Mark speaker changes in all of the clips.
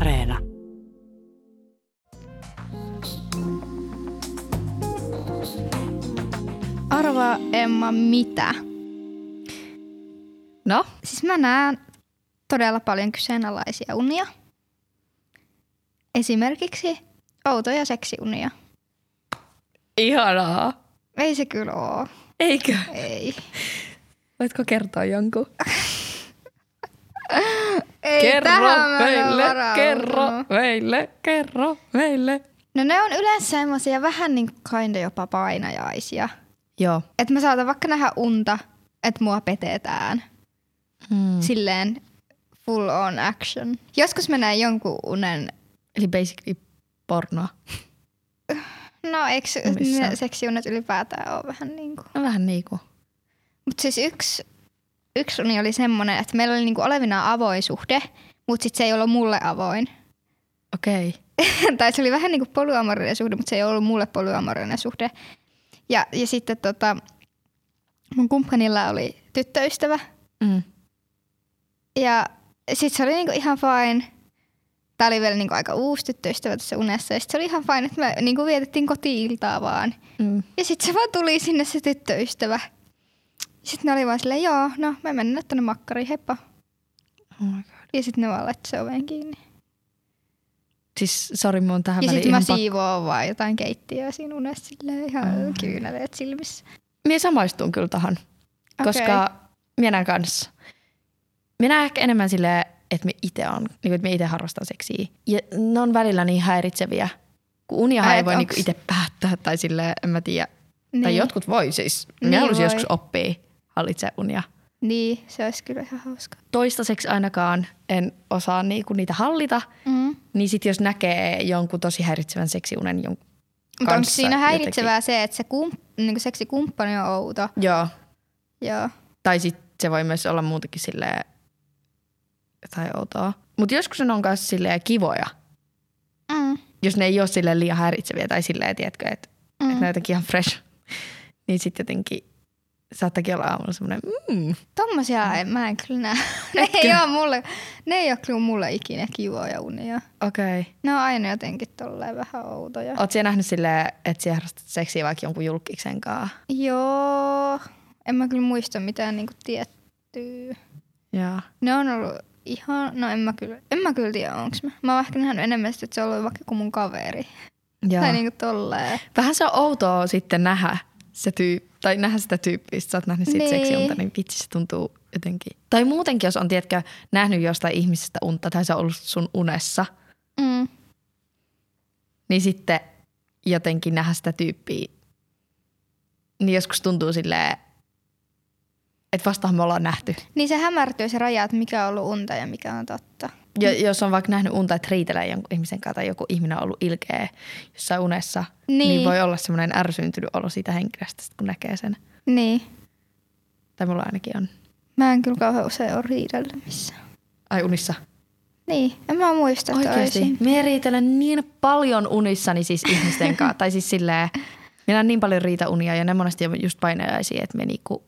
Speaker 1: Areena.
Speaker 2: Arvaa Emma mitä?
Speaker 3: No,
Speaker 2: Siis mä näen todella paljon kyseenalaisia unia. Esimerkiksi outoja seksiunia.
Speaker 3: ihanaa.
Speaker 2: Ei se kyllä oo.
Speaker 3: Eikö?
Speaker 2: Ei.
Speaker 3: Voitko kertoa jonkun?
Speaker 2: Ei tähän mä en oo varautunut.
Speaker 3: meille, kerro meille.
Speaker 2: No ne on yleensä semmosia vähän niin kinda jopa painajaisia.
Speaker 3: Joo.
Speaker 2: Että mä saatan vaikka nähdä unta, että mua petetään.
Speaker 3: Hmm.
Speaker 2: Silleen full on action. Joskus mä näen jonkun unen.
Speaker 3: Eli basically pornoa.
Speaker 2: No eikö
Speaker 3: Missä?
Speaker 2: ne seksiunet ylipäätään ole vähän niinku.
Speaker 3: No vähän niinku.
Speaker 2: Mutta siis yksi, yksi uni oli semmoinen, että meillä oli niinku olevina avoin suhde, mutta sitten se ei ollut mulle avoin.
Speaker 3: Okei. Okay.
Speaker 2: tai se oli vähän niinku polyamorinen suhde, mutta se ei ollut mulle polyamorinen suhde. Ja, ja sitten tota, mun kumppanilla oli tyttöystävä.
Speaker 3: Mm.
Speaker 2: Ja sitten se oli niinku ihan fine. Tämä oli vielä niinku aika uusi tyttöystävä tässä unessa. Ja sit se oli ihan fine, että me niinku vietettiin koti-iltaa vaan.
Speaker 3: Mm.
Speaker 2: Ja sitten se vaan tuli sinne se tyttöystävä. Sitten ne oli vaan silleen, joo, no me mennään tuonne makkariin, heippa.
Speaker 3: Oh my god.
Speaker 2: Ja sitten ne vaan laittoi se oven kiinni.
Speaker 3: Siis sori, mun on tähän
Speaker 2: ja
Speaker 3: väliin
Speaker 2: sitten mä
Speaker 3: ihan pakko-
Speaker 2: siivoon vaan jotain keittiöä siinä unessa silleen ihan
Speaker 3: Mm.
Speaker 2: kyyneleet silmissä.
Speaker 3: Mie samaistun kyllä tähän, okay. koska minä näen kanssa. Minä näen ehkä enemmän silleen, että me itse on, niin kuin, että me itse harrastan seksiä. Ja ne on välillä niin häiritseviä, kun unia
Speaker 2: Ai,
Speaker 3: ei
Speaker 2: et
Speaker 3: voi niin
Speaker 2: onks-
Speaker 3: itse päättää tai sille en mä tiedä.
Speaker 2: niin,
Speaker 3: Niin. Tai jotkut voi siis. Minä
Speaker 2: Niin
Speaker 3: niin haluaisin
Speaker 2: voi.
Speaker 3: joskus oppia hallitse unia.
Speaker 2: Niin, se olisi kyllä ihan hauska.
Speaker 3: Toistaiseksi ainakaan en osaa niinku niitä hallita.
Speaker 2: Mm.
Speaker 3: Niin sit jos näkee jonkun tosi häiritsevän seksiunen jonkun
Speaker 2: Mutta onko
Speaker 3: kanssa
Speaker 2: siinä häiritsevää
Speaker 3: jotenkin.
Speaker 2: se, että se kum, niin seksikumppani on outo?
Speaker 3: Joo.
Speaker 2: Joo.
Speaker 3: Tai sitten se voi myös olla muutenkin silleen tai outoa. Mutta joskus ne on myös silleen kivoja,
Speaker 2: Mm.
Speaker 3: jos ne ei ole silleen liian häiritseviä tai silleen, tiedätkö, että mm. et ne on
Speaker 2: Mm.
Speaker 3: jotenkin ihan fresh. niin sitten jotenkin saattakin olla aamulla semmoinen, mm,
Speaker 2: Tommosia en, mä en kyllä näe. ne, ei ole mulle, ne ei ole kyllä mulle ikinä kivoja unia.
Speaker 3: okei. Okay.
Speaker 2: Ne on aina jotenkin tolleen vähän outoja.
Speaker 3: Oot siellä nähnyt silleen, että sä harrastat seksiä vaikka jonkun julkiksen kanssa?
Speaker 2: Joo. En mä kyllä muista mitään niinku tiettyä.
Speaker 3: Joo.
Speaker 2: Ne on ollut ihan, no en mä kyllä, en mä kyllä tiedä onks mä. Mä oon ehkä nähnyt enemmän sitä, että se on ollut vaikka joku mun kaveri.
Speaker 3: Joo.
Speaker 2: Tai niinku tolleen.
Speaker 3: Vähän se on outoa sitten nähdä se tyyppi, tai nähdä sitä tyyppiä, sit sä oot nähnyt siitä
Speaker 2: Niin.
Speaker 3: seksiunta, niin vitsi se tuntuu jotenkin. Tai muutenkin, jos on, tiedätkö, nähnyt jostain ihmisestä unta, tai se on ollut sun unessa,
Speaker 2: Mm.
Speaker 3: niin sitten jotenkin nähdä sitä tyyppiä, niin joskus tuntuu silleen, että vastahan me ollaan nähty.
Speaker 2: Niin se hämärtyy se raja, että mikä on ollut unta ja mikä on totta.
Speaker 3: Ja jos on vaikka nähnyt unta, että riitelee jonkun ihmisen kanssa tai joku ihminen on ollut ilkeä jossain unessa,
Speaker 2: Niin.
Speaker 3: niin, niin voi olla semmoinen ärsyntynyt olo siitä henkilöstä, sit kun näkee sen.
Speaker 2: niin.
Speaker 3: Tai mulla ainakin on.
Speaker 2: Mä en kyllä kauhean usein ole riidellyt missään.
Speaker 3: Ai unissa.
Speaker 2: Niin, en mä muista että
Speaker 3: Oikeasti.
Speaker 2: olisin.
Speaker 3: Mie riitelen niin paljon unissani siis ihmisten kanssa. tai siis silleen, minä on niin paljon riitaunia ja ne monesti on just painajaisia, että me niinku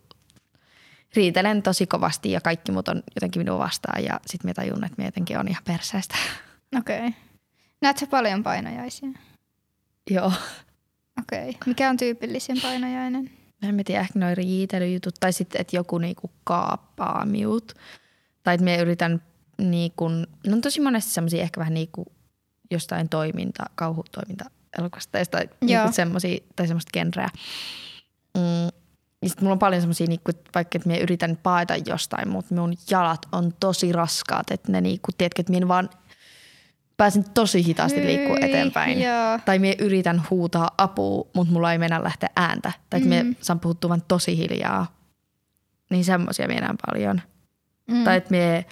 Speaker 3: riitelen tosi kovasti ja kaikki muut on jotenkin minua vastaan. Ja sitten me tajun, että me jotenkin on ihan perseestä.
Speaker 2: Okei. Okay. Näet sä paljon painajaisia?
Speaker 3: Joo.
Speaker 2: Okei. Okay. Mikä on tyypillisin painajainen?
Speaker 3: Mä en mä tiedä, ehkä noi riitelyjutut tai sitten, että joku niinku kaappaa miut. Tai että me yritän niinku, no on tosi monesti semmoisia ehkä vähän niinku jostain toiminta, kauhutoiminta elokuvasta tai jostain
Speaker 2: Joo.
Speaker 3: niinku semmosia, tai semmoista genreä. Mm. Ja sitten mulla on paljon semmoisia, niinku, että vaikka että me yritän paeta jostain, mutta mun jalat on tosi raskaat. Että ne niinku, tiedätkö, että minä vaan pääsen tosi hitaasti liikkuu
Speaker 2: Hyi,
Speaker 3: eteenpäin.
Speaker 2: Joo.
Speaker 3: Tai me yritän huutaa apua, mutta mulla ei mennä lähteä ääntä. Tai mm. me
Speaker 2: Mm.
Speaker 3: saan puhuttua vaan tosi hiljaa. Niin semmoisia me näen paljon.
Speaker 2: Mm.
Speaker 3: Mm. Tai että me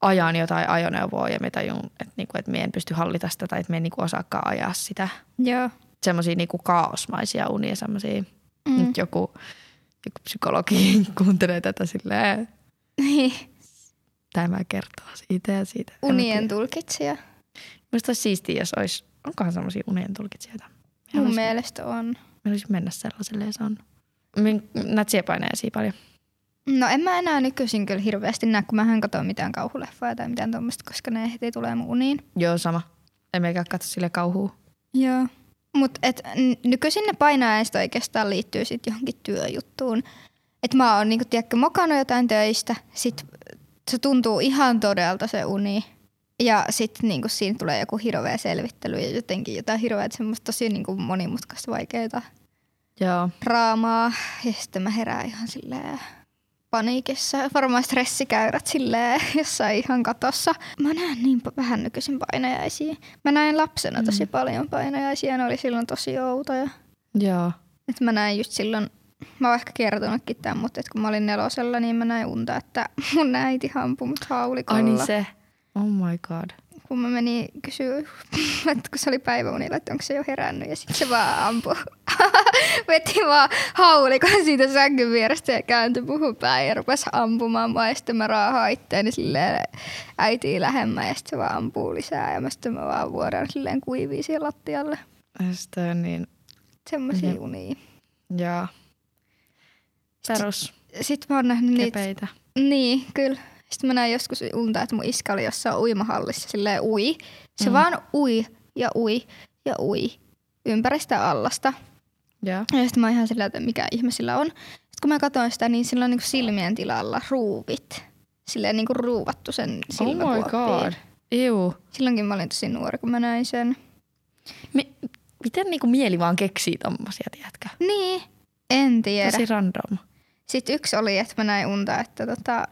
Speaker 3: ajan jotain ajoneuvoa ja me tajun, että niinku, et me en pysty hallita sitä tai että me en niinku osaakaan ajaa sitä.
Speaker 2: Joo.
Speaker 3: Semmoisia niinku kaosmaisia unia, semmoisia. Mm.
Speaker 2: Mm.
Speaker 3: Nyt joku, joku psykologi kuuntelee tätä silleen,
Speaker 2: Niin,
Speaker 3: tämä kertoo siitä ja siitä. En mä tiedä.
Speaker 2: Unien tulkitsija.
Speaker 3: Musta olisi siistiä, jos olisi, onkohan semmoisia unien tulkitsijoita?
Speaker 2: Mun
Speaker 3: Olisi-
Speaker 2: mielestä on.
Speaker 3: Mä olisin mennä sellaiselle ja saanut. Min- Näitä siepainajaisia paljon.
Speaker 2: No en mä enää nykyisin kyllä hirveästi näe, kun mähän katson mitään kauhuleffoja tai mitään tuommoista, koska ne ehtii tulee mun uniin.
Speaker 3: Joo, sama. En meikä katso sille kauhua.
Speaker 2: Joo. Mutta nykyisin ne painaajaiset oikeastaan liittyy sitten johonkin työjuttuun. Et mä oon niinku, tiedätkö, mokannut jotain töistä, sit se tuntuu ihan todelta se uni. Ja sitten niinku, siinä tulee joku hirveä selvittely ja jotenkin jotain hirveä, semmoista tosi niinku, monimutkaista vaikeaa
Speaker 3: Joo.
Speaker 2: draamaa. Ja sitten mä herään ihan silleen paniikissa, varmaan stressikäyrät silleen jossain ihan katossa. Mä näen niin pa- vähän nykyisin painajaisia. Mä näin lapsena tosi
Speaker 3: Mm.
Speaker 2: paljon painajaisia ja ne oli silloin tosi outoja.
Speaker 3: Joo.
Speaker 2: Et mä näin just silloin, mä oon ehkä kertonutkin tämän, mutta et kun mä olin nelosella, niin mä näin unta, että mun äiti hampui mut haulikolla.
Speaker 3: Ai niin se. Oh my god.
Speaker 2: Kun mä menin kysyä, että kun se oli päiväunilla, että onko se jo herännyt ja sitten se vaan ampui. Veti vaan haulikon siitä sängyn vierestä ja kääntyi puhun päin ja rupesi ampumaan mua. Ja sitten mä raahaan itteeni silleen äitiin lähemmän ja sitten se vaan ampuu lisää. Ja mä sitten mä vaan vuodan silleen kuiviin siihen lattialle.
Speaker 3: Sitä on niin.
Speaker 2: Semmoisia
Speaker 3: Mhm.
Speaker 2: unia.
Speaker 3: Joo. Perus.
Speaker 2: Sitten mä oon nähnyt niitä
Speaker 3: Kepeitä.
Speaker 2: Niin, kyllä. Sitten mä näin joskus unta, että mun iskä oli jossain uimahallissa silleen ui. Se mm. vaan ui ja ui ja ui ympäri sitä allasta.
Speaker 3: Joo.
Speaker 2: Ja sitten mä oon ihan sillä, että mikä ihme sillä on. Sitten kun mä katsoin sitä, niin sillä on niinku silmien tilalla ruuvit. Silleen niinku ruuvattu sen
Speaker 3: Oh my god.
Speaker 2: silmäkuoppiin.
Speaker 3: Iu.
Speaker 2: Silloinkin mä olin tosi nuori, kun mä näin sen.
Speaker 3: Mi- miten niinku mieli vaan keksii tommosia, tiedätkö?
Speaker 2: Niin, en tiedä.
Speaker 3: Tosi random.
Speaker 2: Sitten yksi oli, että mä näin unta, että tota,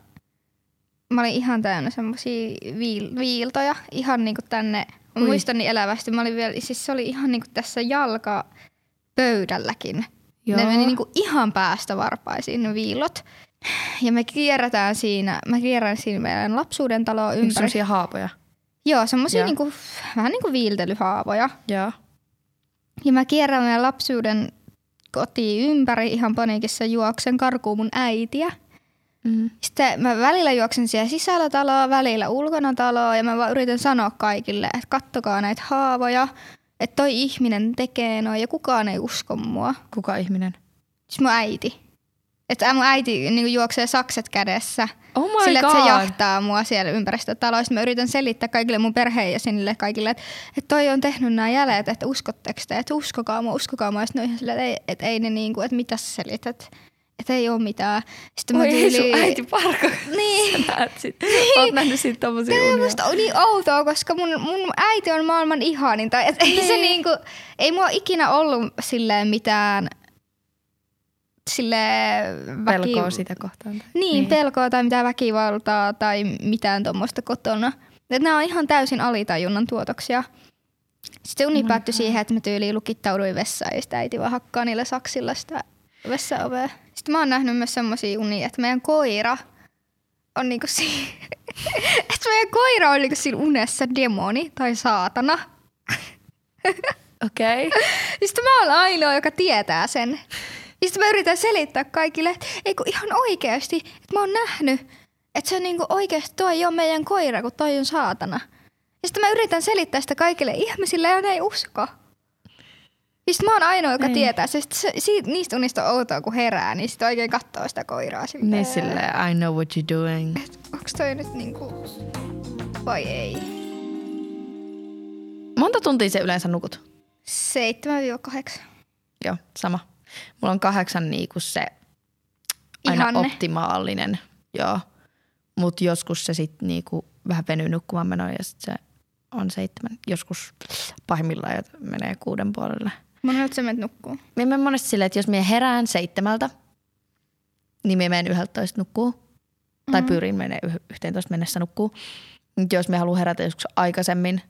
Speaker 2: mä olin ihan täynnä semmosia viil- viiltoja, ihan niinku tänne, mä
Speaker 3: Ui.
Speaker 2: muistan niin elävästi, mä olin vielä, siis se oli ihan niinku tässä jalkapöydälläkin. Ne meni niinku ihan päästä varpaisiin ne viilot. Ja me kierrätään siinä, mä kierrän siinä meidän lapsuuden taloa
Speaker 3: Niinku
Speaker 2: ympäri.
Speaker 3: semmosia haapoja.
Speaker 2: Joo, semmosia
Speaker 3: Joo.
Speaker 2: niinku, vähän niinku viiltelyhaavoja.
Speaker 3: Joo.
Speaker 2: Ja mä kierrän meidän lapsuuden kotiin ympäri ihan paniikissa juoksen karkuun mun äitiä.
Speaker 3: Mm.
Speaker 2: Sitten mä välillä juoksen siellä sisällä taloa, välillä ulkona taloa ja mä vaan yritän sanoa kaikille, että kattokaa näitä haavoja, että toi ihminen tekee noin ja kukaan ei usko mua.
Speaker 3: Kuka ihminen?
Speaker 2: Siis mun äiti. Että mun äiti niin juoksee sakset kädessä
Speaker 3: Oh my
Speaker 2: sillä,
Speaker 3: god.
Speaker 2: että se jahtaa mua siellä ympäristötaloa. Sitten mä yritän selittää kaikille mun perheenjäsenille kaikille, että, että toi on tehnyt nämä jäljet, että uskotteko te, että uskokaa mua, uskokaa mua. Sitten ne on ihan sillä, että ei, että ei ne niinku, että mitä sä selität, että ei ole mitään. Sitten mä
Speaker 3: Voi ei
Speaker 2: tyyliin-
Speaker 3: sun äiti parko.
Speaker 2: Niin.
Speaker 3: Sä näet sit. Oot nähnyt sit tommosia
Speaker 2: Tämä on
Speaker 3: unia.
Speaker 2: musta niin outoa, koska mun, mun äiti on maailman ihanin. Tai et ei, se niinku, ei mulla ikinä ollut silleen mitään silleen väki-
Speaker 3: Pelkoa sitä kohtaan.
Speaker 2: Niin,
Speaker 3: Niin.
Speaker 2: niin, pelkoa tai mitään väkivaltaa tai mitään tuommoista kotona. Et nämä on ihan täysin alitajunnan tuotoksia. Sitten se uni
Speaker 3: Mun
Speaker 2: päättyi siihen, että mä tyyliin lukittauduin vessaan ja sitä äiti vaan hakkaa niillä saksilla sitä vessaovea. Sitten mä oon nähnyt myös semmosia unia, että meidän koira on niinku si- että meidän koira on niinku siinä unessa demoni tai saatana.
Speaker 3: Okei. Okay.
Speaker 2: Sitten mä oon Siis ainoa, joka tietää sen. Ja sitten mä yritän selittää kaikille, että ei kun ihan oikeasti, että mä oon nähnyt, että se on niinku oikeasti, toi ei ole meidän koira, kun toi on saatana. Ja sitten mä yritän selittää sitä kaikille ihmisille ja ne ei usko. Ja sit mä oon ainoa, joka
Speaker 3: Ei.
Speaker 2: ei. tietää. Se, sit se, siitä, niistä unista on outoa, kun herää, niin sitten oikein katsoo sitä koiraa silleen.
Speaker 3: Niin silleen, I know what you're doing.
Speaker 2: Onks toi nyt niinku, vai ei?
Speaker 3: Monta tuntia se yleensä nukut?
Speaker 2: 7-8.
Speaker 3: Joo, sama. Mulla on kahdeksan niinku se aina
Speaker 2: Ihanne.
Speaker 3: optimaalinen. Joo. Mut joskus se sit niinku vähän venyy nukkumaan menoon ja sit se on seitsemän. Joskus pahimmillaan jo menee kuuden puolelle.
Speaker 2: Mun nyt sä menet nukkuu.
Speaker 3: Mä menen monesti silleen, että jos mä herään seitsemältä, niin mä menen yhdeltätoista nukkuu. Tai
Speaker 2: Mm.
Speaker 3: pyrin menee yh- yhteentoista mennessä nukkuu. Mut jos mä haluan herätä joskus aikaisemmin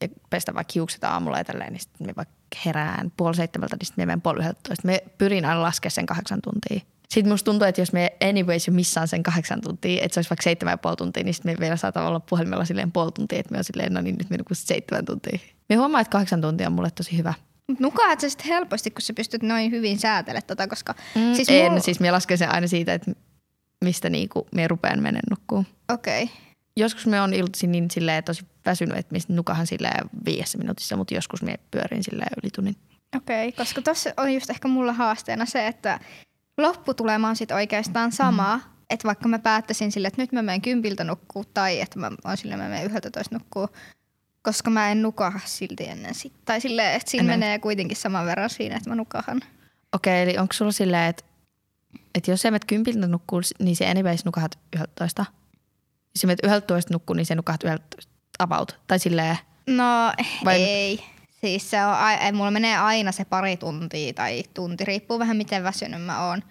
Speaker 3: ja pestä vaikka hiukset aamulla ja tälleen, niin sitten mä vaikka herään puoli seitsemältä, niin sitten mä menen puoli yhdeltätoista. Mä pyrin aina laskea sen kahdeksan tuntia. Sitten musta tuntuu, että jos me anyways jo missään sen kahdeksan tuntia, että se olisi vaikka seitsemän ja puoli tuntia, niin sitten me vielä saatan olla puhelimella silleen puoli tuntia, että me on silleen, no niin nyt me nukun seitsemän tuntia. Me huomaan, että kahdeksan tuntia on mulle tosi hyvä.
Speaker 2: Mut nukaat sä sitten helposti, kun sä pystyt noin hyvin säätelemään tota, koska...
Speaker 3: Mm, siis
Speaker 2: siis
Speaker 3: en,
Speaker 2: mul-
Speaker 3: siis minä lasken sen aina siitä, että mistä niinku minä rupean menen nukkuun.
Speaker 2: Okei. Okay.
Speaker 3: Joskus me on iltaisin niin silleen tosi väsynyt, että minä nukahan silleen viidessä minuutissa, mutta joskus me pyörin silleen yli tunnin.
Speaker 2: Okei, okay, koska tuossa on just ehkä mulla haasteena se, että lopputulema on sit oikeastaan sama, mm. että vaikka mä päättäisin sille, että nyt mä menen kympiltä nukkuu tai että mä oon sille, mä menen yhdeltä toista nukkuu, koska mä en nukaha silti ennen sit. Tai silleen, että siinä
Speaker 3: Ennen.
Speaker 2: menee kuitenkin saman verran siinä, että mä nukahan.
Speaker 3: Okei, eli onko sulla silleen, että, että jos sä menet kympiltä nukkuu, niin se anyways nukahat 11. Jos sä menet 11 nukkuu, niin se nukahat 11 about. Tai silleen,
Speaker 2: No
Speaker 3: Vai-
Speaker 2: Vai... ei. Siis se on, ai- ei, mulla menee aina se pari tuntia tai tunti, riippuu vähän miten väsynyt mä oon.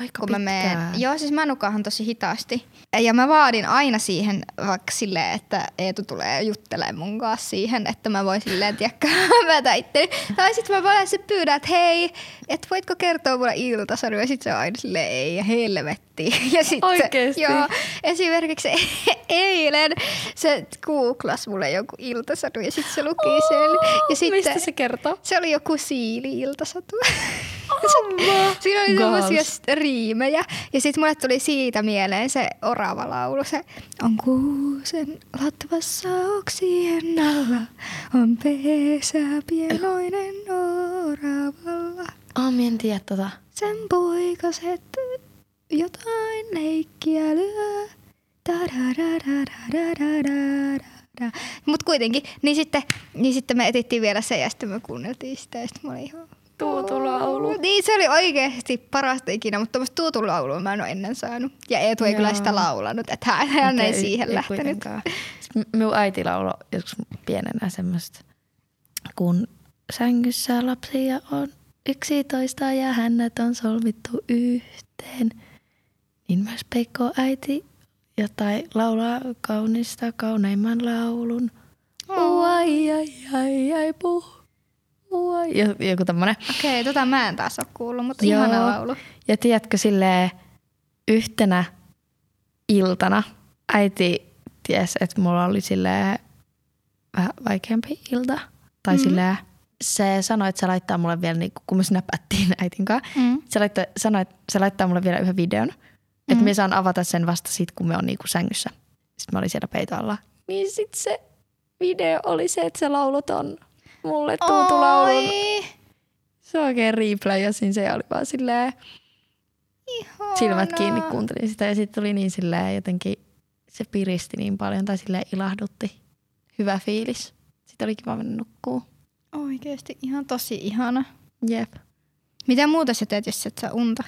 Speaker 3: aika
Speaker 2: kun mä menen.
Speaker 3: Jo.
Speaker 2: Joo, siis mä nukahan tosi hitaasti. Ja mä vaadin aina siihen vaikka silleen, että Eetu tulee juttelemaan mun kanssa siihen, että mä voin silleen, tiedäkö, mätä itteni. Tai sitten mä vaan se pyydän, että hei, et voitko kertoa mulle iltasanoja. Ja sit se on aina silleen, ei, ja helvetti. Ja sit
Speaker 3: Oikeesti?
Speaker 2: Se, joo, esimerkiksi e- eilen se googlas mulle joku iltasanu ja sit se luki sen. ja sitten,
Speaker 3: Mistä se kertoo?
Speaker 2: se oli joku siili-iltasatu. Se- Siinä oli
Speaker 3: Goals.
Speaker 2: semmoisia s- riimejä. Ja sitten mulle tuli siitä mieleen se orava laulu. Se on kuusen latvassa oksien alla. On pesä pienoinen oravalla.
Speaker 3: Oh, mä en tiedä tota.
Speaker 2: Sen poikaset jotain leikkiä lyö. Mutta kuitenkin, niin sitten, niin sitten me etittiin vielä se ja sitten me kuunneltiin sitä ja sitten mä olin ihan...
Speaker 3: Tuutulaulu.
Speaker 2: Niin, se oli oikeasti parasta ikinä, mutta tuommoista tuutulaulua mä en ole ennen saanut. Ja Eetu ei kyllä
Speaker 3: Joo.
Speaker 2: sitä laulanut, että hän, hän ei siihen lähtenyt.
Speaker 3: Minun äiti lauloi joskus pienenä semmoista, kun sängyssä lapsia on yksitoista ja hänet on solmittu yhteen. Niin myös Pekko äiti jotain laulaa kaunista kauneimman laulun.
Speaker 2: Mm.
Speaker 3: Uai, ai, ai, ai, puh. Uai. Ja- Joku tämmönen.
Speaker 2: Okei, tota mä en taas ole kuullut, mutta
Speaker 3: Joo.
Speaker 2: ihana laulu.
Speaker 3: Ja tiedätkö silleen yhtenä iltana äiti ties, että mulla oli silleen vähän vaikeampi ilta. Tai mm.
Speaker 2: Mhm.
Speaker 3: silleen se sanoi, että se laittaa mulle vielä, niin kun me snapättiin äitin kanssa,
Speaker 2: Mm.
Speaker 3: se laittaa, sanoi, että se laittaa mulle vielä yhden videon. Että
Speaker 2: Mm.
Speaker 3: me saan avata sen vasta sit, kun me on niinku sängyssä. Sitten mä olin siellä peitoalla. Niin sit se video oli se, että se laulut on mulle tuutulaulun.
Speaker 2: Oi,
Speaker 3: Se oikein replayasin, se oli vaan silleen
Speaker 2: ihana.
Speaker 3: silmät kiinni kuuntelin sitä ja sitten tuli niin silleen jotenkin, se piristi niin paljon tai silleen ilahdutti. Hyvä fiilis. Sitten oli kiva mennä nukkuu.
Speaker 2: Oikeasti ihan tosi ihana.
Speaker 3: Jep.
Speaker 2: Mitä muuta sä teet, jos sä et saa unta?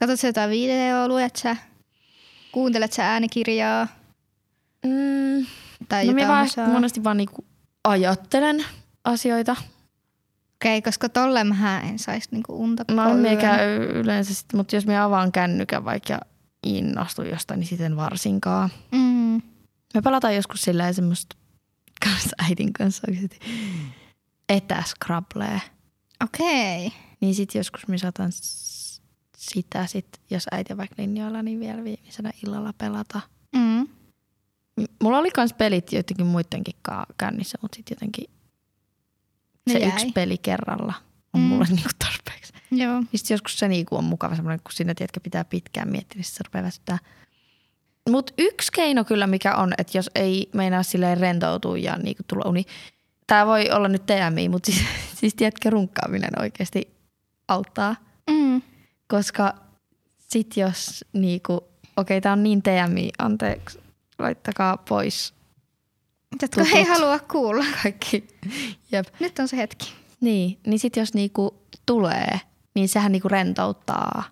Speaker 2: Katsot sä jotain videoa, luet sä, kuuntelet sä äänikirjaa
Speaker 3: Mm,
Speaker 2: tai
Speaker 3: no
Speaker 2: no,
Speaker 3: mä
Speaker 2: jotain
Speaker 3: vaan,
Speaker 2: musaa?
Speaker 3: monesti vaan niinku ajattelen asioita.
Speaker 2: Okei, okay, koska tolle mä en saisi niinku unta
Speaker 3: Mä
Speaker 2: koko
Speaker 3: oon
Speaker 2: yön.
Speaker 3: meikä yleensä, sit, mutta jos mä avaan kännykän vaikka ja innostun jostain, niin sitten varsinkaan.
Speaker 2: Mm.
Speaker 3: Me palataan joskus silleen semmoista kanssa äidin kanssa oikeesti etäskrablee.
Speaker 2: Okei. Okay.
Speaker 3: Niin sit joskus me saatan s- sitä sit, jos äiti on vaikka linjoilla, niin vielä viimeisenä illalla pelata.
Speaker 2: Mm.
Speaker 3: M- Mulla oli kans pelit jotenkin muidenkin kaa kännissä, mutta sit jotenkin
Speaker 2: Ne
Speaker 3: se
Speaker 2: jäi.
Speaker 3: yksi peli kerralla on mm.
Speaker 2: Mm.
Speaker 3: mulle niinku tarpeeksi.
Speaker 2: Joo.
Speaker 3: Niin sit joskus se niinku on mukava semmoinen, kun siinä tiedätkö pitää pitkään miettiä, niin sit se rupeaa väsyttää. Mut yksi keino kyllä mikä on, että jos ei meinaa silleen rentoutua ja niinku tulla uni. Tää voi olla nyt TMI, mutta siis, siis tiedätkö runkkaaminen oikeasti auttaa.
Speaker 2: Mm.
Speaker 3: Koska sit jos niinku, okei okay, tää on niin TMI, anteeksi, laittakaa pois
Speaker 2: Jotka ei
Speaker 3: Tutut.
Speaker 2: halua kuulla.
Speaker 3: kaikki. Jep.
Speaker 2: Nyt on se hetki.
Speaker 3: Niin, niin sit jos niinku tulee, niin sehän niinku rentouttaa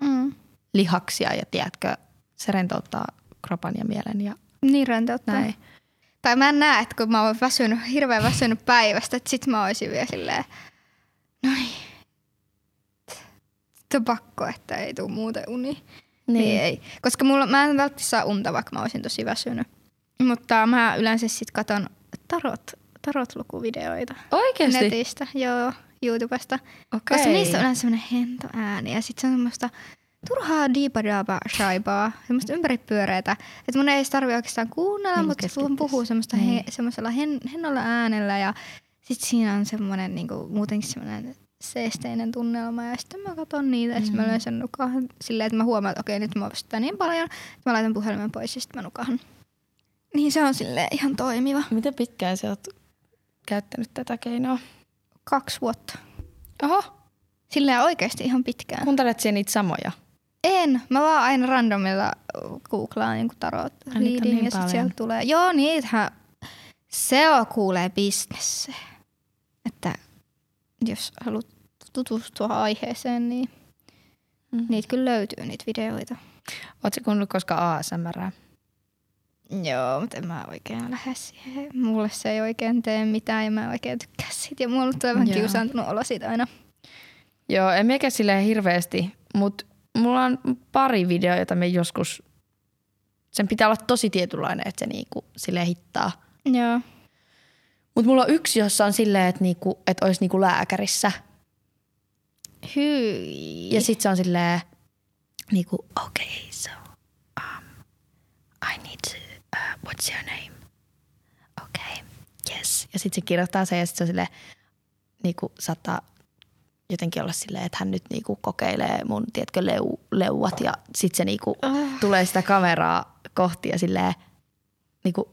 Speaker 2: Mm.
Speaker 3: lihaksia ja tiedätkö, se rentouttaa kropan ja mielen ja
Speaker 2: Niin rentouttaa.
Speaker 3: näin.
Speaker 2: Tai mä en näe, että kun mä oon väsynyt, hirveän väsynyt päivästä, että sit mä oisin vielä silleen, noin. Sitten on pakko, että ei tule muuten uni.
Speaker 3: Niin.
Speaker 2: Niin.
Speaker 3: niin.
Speaker 2: ei. Koska mulla, mä en välttämättä saa unta, vaikka mä olisin tosi väsynyt. Mutta mä yleensä sit katon tarot, tarot-lukuvideoita
Speaker 3: Oikeesti?
Speaker 2: netistä, joo, YouTubesta.
Speaker 3: Okei.
Speaker 2: Okay. Koska niissä on yleensä semmoinen hento ääni ja sitten se on semmoista turhaa diipadaaba shaibaa, semmoista ympäripyöreitä. Että mun ei edes tarvi oikeastaan kuunnella,
Speaker 3: Niin,
Speaker 2: niin, mutta
Speaker 3: keskittyis.
Speaker 2: kun puhuu semmoista
Speaker 3: Niin.
Speaker 2: he, semmoisella hen, hennolla äänellä ja sitten siinä on semmoinen niinku, muutenkin semmoinen seesteinen tunnelma ja sitten mä katson niitä ja sitten mä
Speaker 3: Mm.
Speaker 2: yleensä nukahan silleen, että mä huomaan, että okei nyt mä väsyttää niin paljon, että mä laitan puhelimen pois ja sitten mä nukahan. Niin se on silleen ihan toimiva.
Speaker 3: Miten pitkään sä oot käyttänyt tätä keinoa?
Speaker 2: Kaksi vuotta.
Speaker 3: Oho,
Speaker 2: Silleen oikeasti ihan pitkään.
Speaker 3: kuuntelet sä niitä samoja?
Speaker 2: En. Mä vaan aina randomilla googlaan jonkun tarot
Speaker 3: on
Speaker 2: reading
Speaker 3: niin
Speaker 2: ja sit
Speaker 3: paljon.
Speaker 2: sieltä tulee. Joo, niitähän se on kuulee bisnes. Että jos haluat tutustua aiheeseen, niin
Speaker 3: Mm.
Speaker 2: niitä kyllä löytyy niitä videoita.
Speaker 3: Ootko kuunnellut koskaan ASMR?
Speaker 2: Joo, mutta en mä oikein lähde siihen. Mulle se ei oikein tee mitään ja mä en oikein tykkää siitä. Ja mulla tulee vähän
Speaker 3: Joo.
Speaker 2: kiusaantunut olo siitä aina.
Speaker 3: Joo, en mikä silleen hirveästi, mutta mulla on pari videoa, jota me joskus... Sen pitää olla tosi tietynlainen, että se niinku silleen hittaa.
Speaker 2: Joo.
Speaker 3: Mutta mulla on yksi, jossa on silleen, että niinku, et olisi niinku lääkärissä.
Speaker 2: Hyi.
Speaker 3: Ja sit se on silleen, niinku, okay, so um, I need to, uh, what's your name? Okay, yes. Ja sit se kirjoittaa sen ja sit se on silleen, niinku saattaa jotenkin olla silleen, että hän nyt niinku kokeilee mun, tiedätkö, leu, leuat. Ja sit se niinku
Speaker 2: Ah.
Speaker 3: tulee sitä kameraa kohti ja silleen, niinku,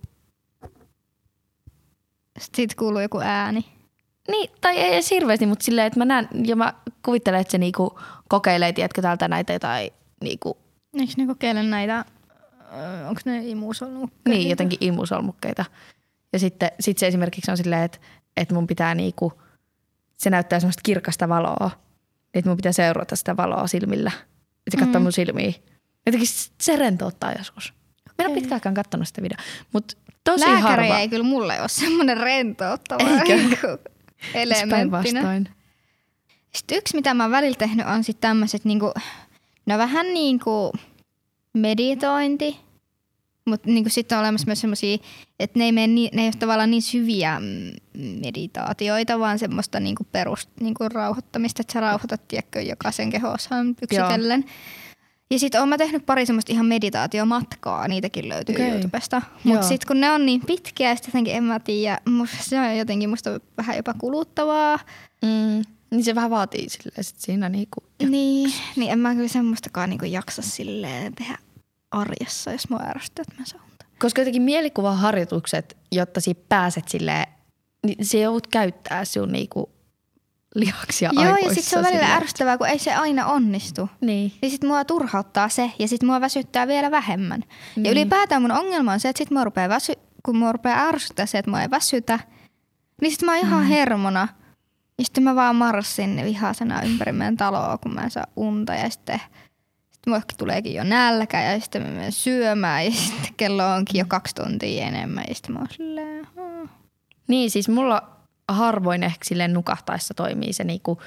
Speaker 2: Sitten kuuluu joku ääni.
Speaker 3: Niin, tai ei edes hirveästi, mutta silleen, että mä näen, ja mä kuvittelen, että se niinku kokeilee, tiedätkö, täältä näitä jotain niinku,
Speaker 2: Eikö ne kokeile näitä, onko ne imusolmukkeja?
Speaker 3: niin, jotenkin imusolmukkeita. Ja sitten sit se esimerkiksi on silleen, että, että mun pitää niinku, se näyttää semmoista kirkasta valoa, että mun pitää seurata sitä valoa silmillä. Että se katsoo
Speaker 2: Mm.
Speaker 3: mun silmiä. Jotenkin se rentouttaa joskus. Mä en ole
Speaker 2: Okei.
Speaker 3: pitkään aikaan katsonut sitä videoa, mutta tosi
Speaker 2: Lääkäri
Speaker 3: harva.
Speaker 2: ei kyllä mulle ole semmoinen rentouttava
Speaker 3: Eikö?
Speaker 2: niinku
Speaker 3: Siis
Speaker 2: elementtinä.
Speaker 3: päinvastoin.
Speaker 2: Sitten yksi, mitä mä oon välillä tehnyt, on sitten tämmöiset, niinku, no vähän niin kuin meditointi, mutta niinku sitten on olemassa myös semmoisia, että ne ei, mene niin, ne ei ole tavallaan niin syviä mm, meditaatioita, vaan semmoista niinku perus niinku rauhoittamista, että sä rauhoitat tiedätkö, jokaisen kehosan yksitellen. Ja sitten oon mä tehnyt pari semmoista ihan meditaatiomatkaa, niitäkin löytyy
Speaker 3: Okei.
Speaker 2: okay. YouTubesta.
Speaker 3: Joo.
Speaker 2: Mutta sitten kun ne on niin pitkiä, sitten jotenkin en mä tiedä, mus- se on jotenkin musta vähän jopa kuluttavaa.
Speaker 3: Mm, niin se vähän vaatii silleen sit siinä niinku
Speaker 2: Niin, niin en mä kyllä semmoistakaan niinku jaksa silleen tehdä arjessa, jos mua ärsyttää, että mä saan.
Speaker 3: Koska jotenkin mielikuvaharjoitukset, jotta siitä pääset silleen, niin se joudut käyttää sun niinku lihaksia
Speaker 2: Joo, ja
Speaker 3: aivoissa
Speaker 2: sitten se on välillä
Speaker 3: silleen.
Speaker 2: ärsyttävää, kun ei se aina onnistu.
Speaker 3: Niin.
Speaker 2: Ja sitten mua turhauttaa se, ja sitten mua väsyttää vielä vähemmän. Ja
Speaker 3: Niin.
Speaker 2: ylipäätään mun ongelma on se, että sit mua rupeaa väsy- kun mua rupeaa ärsyttää se, että mua ei väsytä, niin sitten mä oon
Speaker 3: Mm.
Speaker 2: ihan hermona. Ja sitten mä vaan marssin vihasena ympäri meidän taloa, kun mä en saa unta. Ja sitten sit mullekin tuleekin jo nälkä ja sitten mä menen syömään ja sitten kello onkin jo kaksi tuntia enemmän. Ja sitten mä oon silleen, "Hmm."
Speaker 3: Niin, siis mulla harvoin ehkä silleen nukahtaessa toimii se niinku,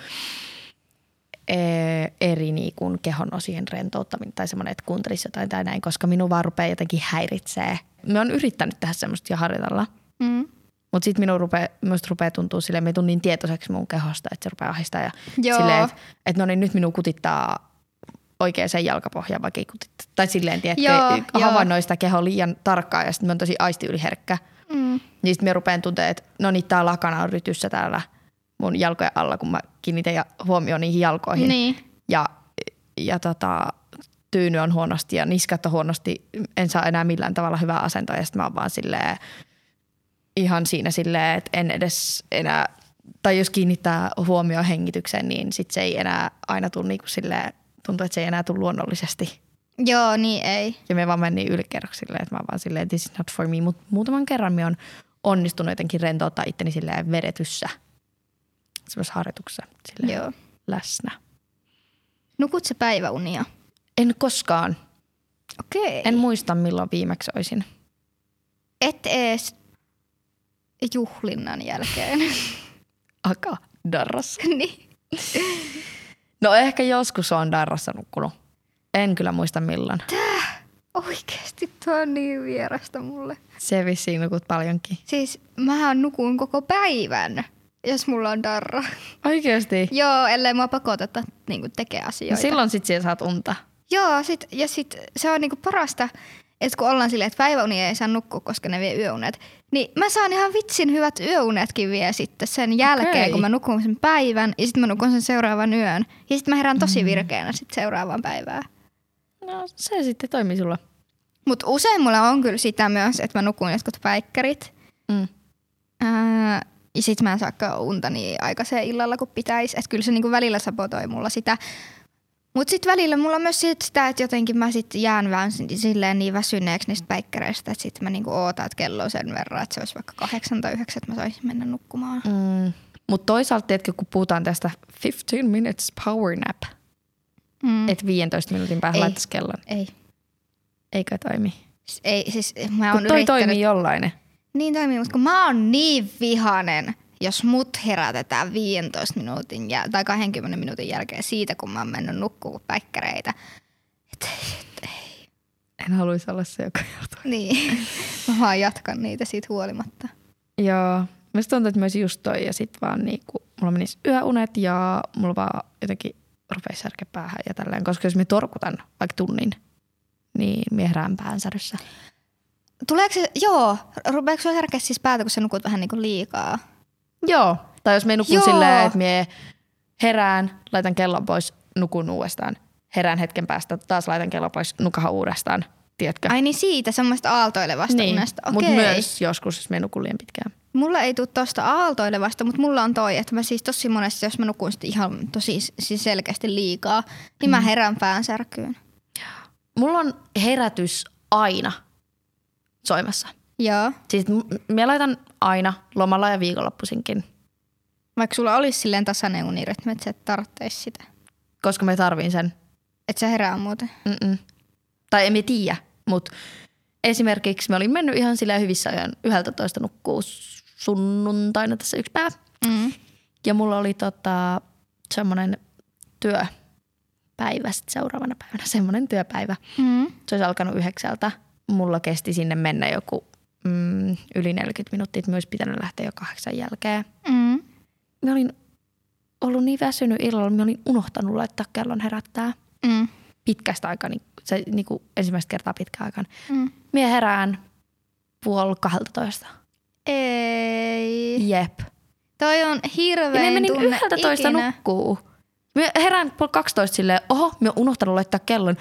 Speaker 3: ee, eri niinku kehon osien rentouttaminen tai semmoinen, että kuuntelisi jotain tai näin, koska minun vaan rupeaa jotenkin häiritsee. Mä oon yrittänyt tehdä semmoista ja harjoitella,
Speaker 2: mm.
Speaker 3: mutta sitten minun rupeaa, musta rupeaa tuntua silleen, me tunnen niin tietoiseksi mun kehosta, että se rupeaa ahistaa ja
Speaker 2: Joo.
Speaker 3: Silleen, että et no niin, nyt minun kutittaa oikeaan jalkapohjaan vaikka ei kutittaa. Tai silleen,
Speaker 2: Joo,
Speaker 3: tiedätkö,
Speaker 2: joo.
Speaker 3: havainnoi sitä kehoa liian tarkkaan ja sitten mä oon tosi aistiyliherkkä.
Speaker 2: Mm.
Speaker 3: Niin sitten mä rupean tuntea, että no niin, tää lakana on rytyssä täällä mun jalkojen alla, kun mä kiinnitän ja huomioon niihin jalkoihin.
Speaker 2: Niin.
Speaker 3: Ja, ja tota, tyyny on huonosti ja niskat on huonosti. En saa enää millään tavalla hyvää asentoa ja sitten mä oon vaan silleen ihan siinä silleen, että en edes enää, tai jos kiinnittää huomioon hengitykseen, niin sit se ei enää aina tule niinku silleen, tuntuu, että se ei enää tule luonnollisesti.
Speaker 2: Joo, niin ei.
Speaker 3: Ja me vaan menin ylikerroksille, että mä oon vaan silleen, this is not for me. Mutta muutaman kerran me on onnistunut jotenkin rentouttaa itteni silleen vedetyssä semmoisessa harjoituksessa silleen
Speaker 2: Joo.
Speaker 3: läsnä.
Speaker 2: Nukut se päiväunia.
Speaker 3: En koskaan
Speaker 2: Okei.
Speaker 3: En muista milloin viimeksi olisin.
Speaker 2: Et ees juhlinnan jälkeen.
Speaker 3: Aka darrassa.
Speaker 2: niin.
Speaker 3: No ehkä joskus on darrassa nukkunut. En kyllä muista milloin.
Speaker 2: Oikeesti tuo on niin vierasta mulle.
Speaker 3: Se vissiin nukut paljonkin.
Speaker 2: Siis mähän nukuin koko päivän, jos mulla on darra.
Speaker 3: Oikeesti?
Speaker 2: Joo, ellei mua pakoteta niin tekee
Speaker 3: No
Speaker 2: asioita.
Speaker 3: silloin sit siellä saat unta.
Speaker 2: Joo, sit, ja sit se on niinku parasta, että kun ollaan silleen, että päiväunia ei saa nukkua, koska ne vie yöunet, niin mä saan ihan vitsin hyvät yöunetkin vielä sitten sen jälkeen,
Speaker 3: Okei.
Speaker 2: okay. kun mä nukun sen päivän, ja sitten mä nukun sen seuraavan yön. Ja sitten mä herään
Speaker 3: Mm.
Speaker 2: tosi virkeänä sit seuraavaan päivään.
Speaker 3: No se sitten toimii sulla.
Speaker 2: Mutta usein mulla on kyllä sitä myös, että mä nukun jotkut päikkärit.
Speaker 3: Mm.
Speaker 2: Ää, ja sit mä en saakaan unta niin aikaiseen illalla kuin pitäisi. Että kyllä se niinku välillä sabotoi mulla sitä. Mutta sitten välillä mulla on myös sit sitä, että jotenkin mä sitten jään vähän si- silleen niin väsyneeksi niistä päikkäreistä, että sitten mä niinku ootan, että kello on sen verran, että se olisi vaikka kahdeksan tai yhdeksän, että mä saisin mennä nukkumaan. Mm.
Speaker 3: Mm. Mutta toisaalta, tiedätkö, kun puhutaan tästä 15 minutes power nap,
Speaker 2: Mm.
Speaker 3: mm. että 15 minuutin päähän
Speaker 2: Ei.
Speaker 3: laittaisi kellon.
Speaker 2: Ei.
Speaker 3: Eikä toimi.
Speaker 2: S- Ei, siis mä
Speaker 3: Kun
Speaker 2: oon
Speaker 3: toi
Speaker 2: yrittänyt.
Speaker 3: toimii jollainen.
Speaker 2: Niin toimii, mutta kun mä oon niin vihanen, jos mut herätetään 15 minuutin jäl- tai 20 minuutin jälkeen siitä, kun mä oon mennyt nukkumaan päikkäreitä. Et, et,
Speaker 3: En haluaisi olla se, joka joutuu.
Speaker 2: niin, mä vaan jatkan niitä siitä huolimatta.
Speaker 3: Joo. Musta tuntuu, että myös just toi ja sit vaan niinku, mulla menisi yöunet ja mulla vaan jotenkin rupeaa särkeä päähän ja tälleen. Koska jos me torkutan vaikka tunnin, niin mie herään päänsäryssä.
Speaker 2: Tuleeko se, joo, rupeeko sulla särkeä siis päätä, kun sä nukut vähän niinku liikaa?
Speaker 3: Joo. Tai jos me nukun
Speaker 2: Joo.
Speaker 3: silleen, että mie herään, laitan kellon pois, nukun uudestaan. Herään hetken päästä, taas laitan kellon pois, nukahan uudestaan. Tiedätkö?
Speaker 2: Ai niin siitä, semmoista aaltoilevasta niin, unesta. Okei.
Speaker 3: Mutta myös joskus, jos me nukun liian pitkään.
Speaker 2: Mulla ei tule tosta aaltoilevasta, mutta mulla on toi, että mä siis tosi monesti, jos mä nukun sit ihan tosi siis selkeästi liikaa, niin mä herään päänsärkyyn.
Speaker 3: Mulla on herätys aina soimassa.
Speaker 2: Joo.
Speaker 3: Siis m- mä laitan aina lomalla ja viikonloppuisinkin,
Speaker 2: Vaikka sulla olisi silleen tasainen unirytmi, että sä et tarvitsisi sitä.
Speaker 3: koska mä tarviin sen.
Speaker 2: Että sä herää muuten.
Speaker 3: Mm-mm. Tai emme tiedä, mutta esimerkiksi mä olin mennyt ihan sillä hyvissä ajoin 11 nukkuu sunnuntaina tässä yksi päivä.
Speaker 2: Mm.
Speaker 3: Ja mulla oli tota, semmoinen työpäivä sit seuraavana päivänä, semmoinen työpäivä.
Speaker 2: Mm.
Speaker 3: Se olisi alkanut yhdeksältä. Mulla kesti sinne mennä joku mm, yli 40 minuuttia, että mä olisi pitänyt lähteä jo kahdeksan jälkeen.
Speaker 2: Mm.
Speaker 3: Mä olin ollut niin väsynyt illalla, mä olin unohtanut laittaa kellon herättää
Speaker 2: Mm.
Speaker 3: pitkästä aikaa, niin se niin kuin ensimmäistä kertaa pitkään aikaan.
Speaker 2: Mm.
Speaker 3: Mie herään puoli 12.
Speaker 2: Ei.
Speaker 3: Jep.
Speaker 2: Toi on
Speaker 3: Ja mä
Speaker 2: hirvein
Speaker 3: menin
Speaker 2: tunne
Speaker 3: 11
Speaker 2: ikinä.
Speaker 3: nukkuu. Mä herään puoli 12 silleen, oho, mä oon unohtanut laittaa kellon.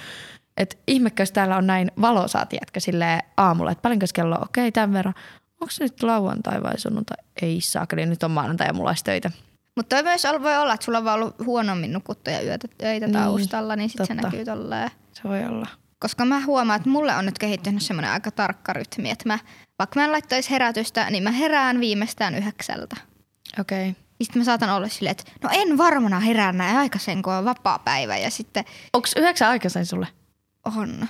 Speaker 3: Että ihmekäs täällä on näin valosaa, tiedätkö, silleen aamulla, että paljonko kello on, okei, tämän verran. Onko se nyt lauantai vai sunnuntai? Ei saakeli, nyt on maanantai ja mulla olisi töitä.
Speaker 2: Mutta toi myös ol- voi olla, että sulla on vaan ollut huonommin nukuttuja yötä, öitä
Speaker 3: Niin,
Speaker 2: taustalla, niin, sit se
Speaker 3: totta.
Speaker 2: näkyy tolleen.
Speaker 3: Se voi olla.
Speaker 2: Koska mä huomaan, että mulle on nyt kehittynyt semmoinen aika tarkka rytmi, että mä, vaikka mä en laittaisi herätystä, niin mä herään viimeistään yhdeksältä.
Speaker 3: Okei. Okay.
Speaker 2: Sitten mä saatan olla silleen, että no en varmana herää näin aikaisen, kun on vapaa päivä ja sitten
Speaker 3: Onko yhdeksän aikaisin sulle?
Speaker 2: on.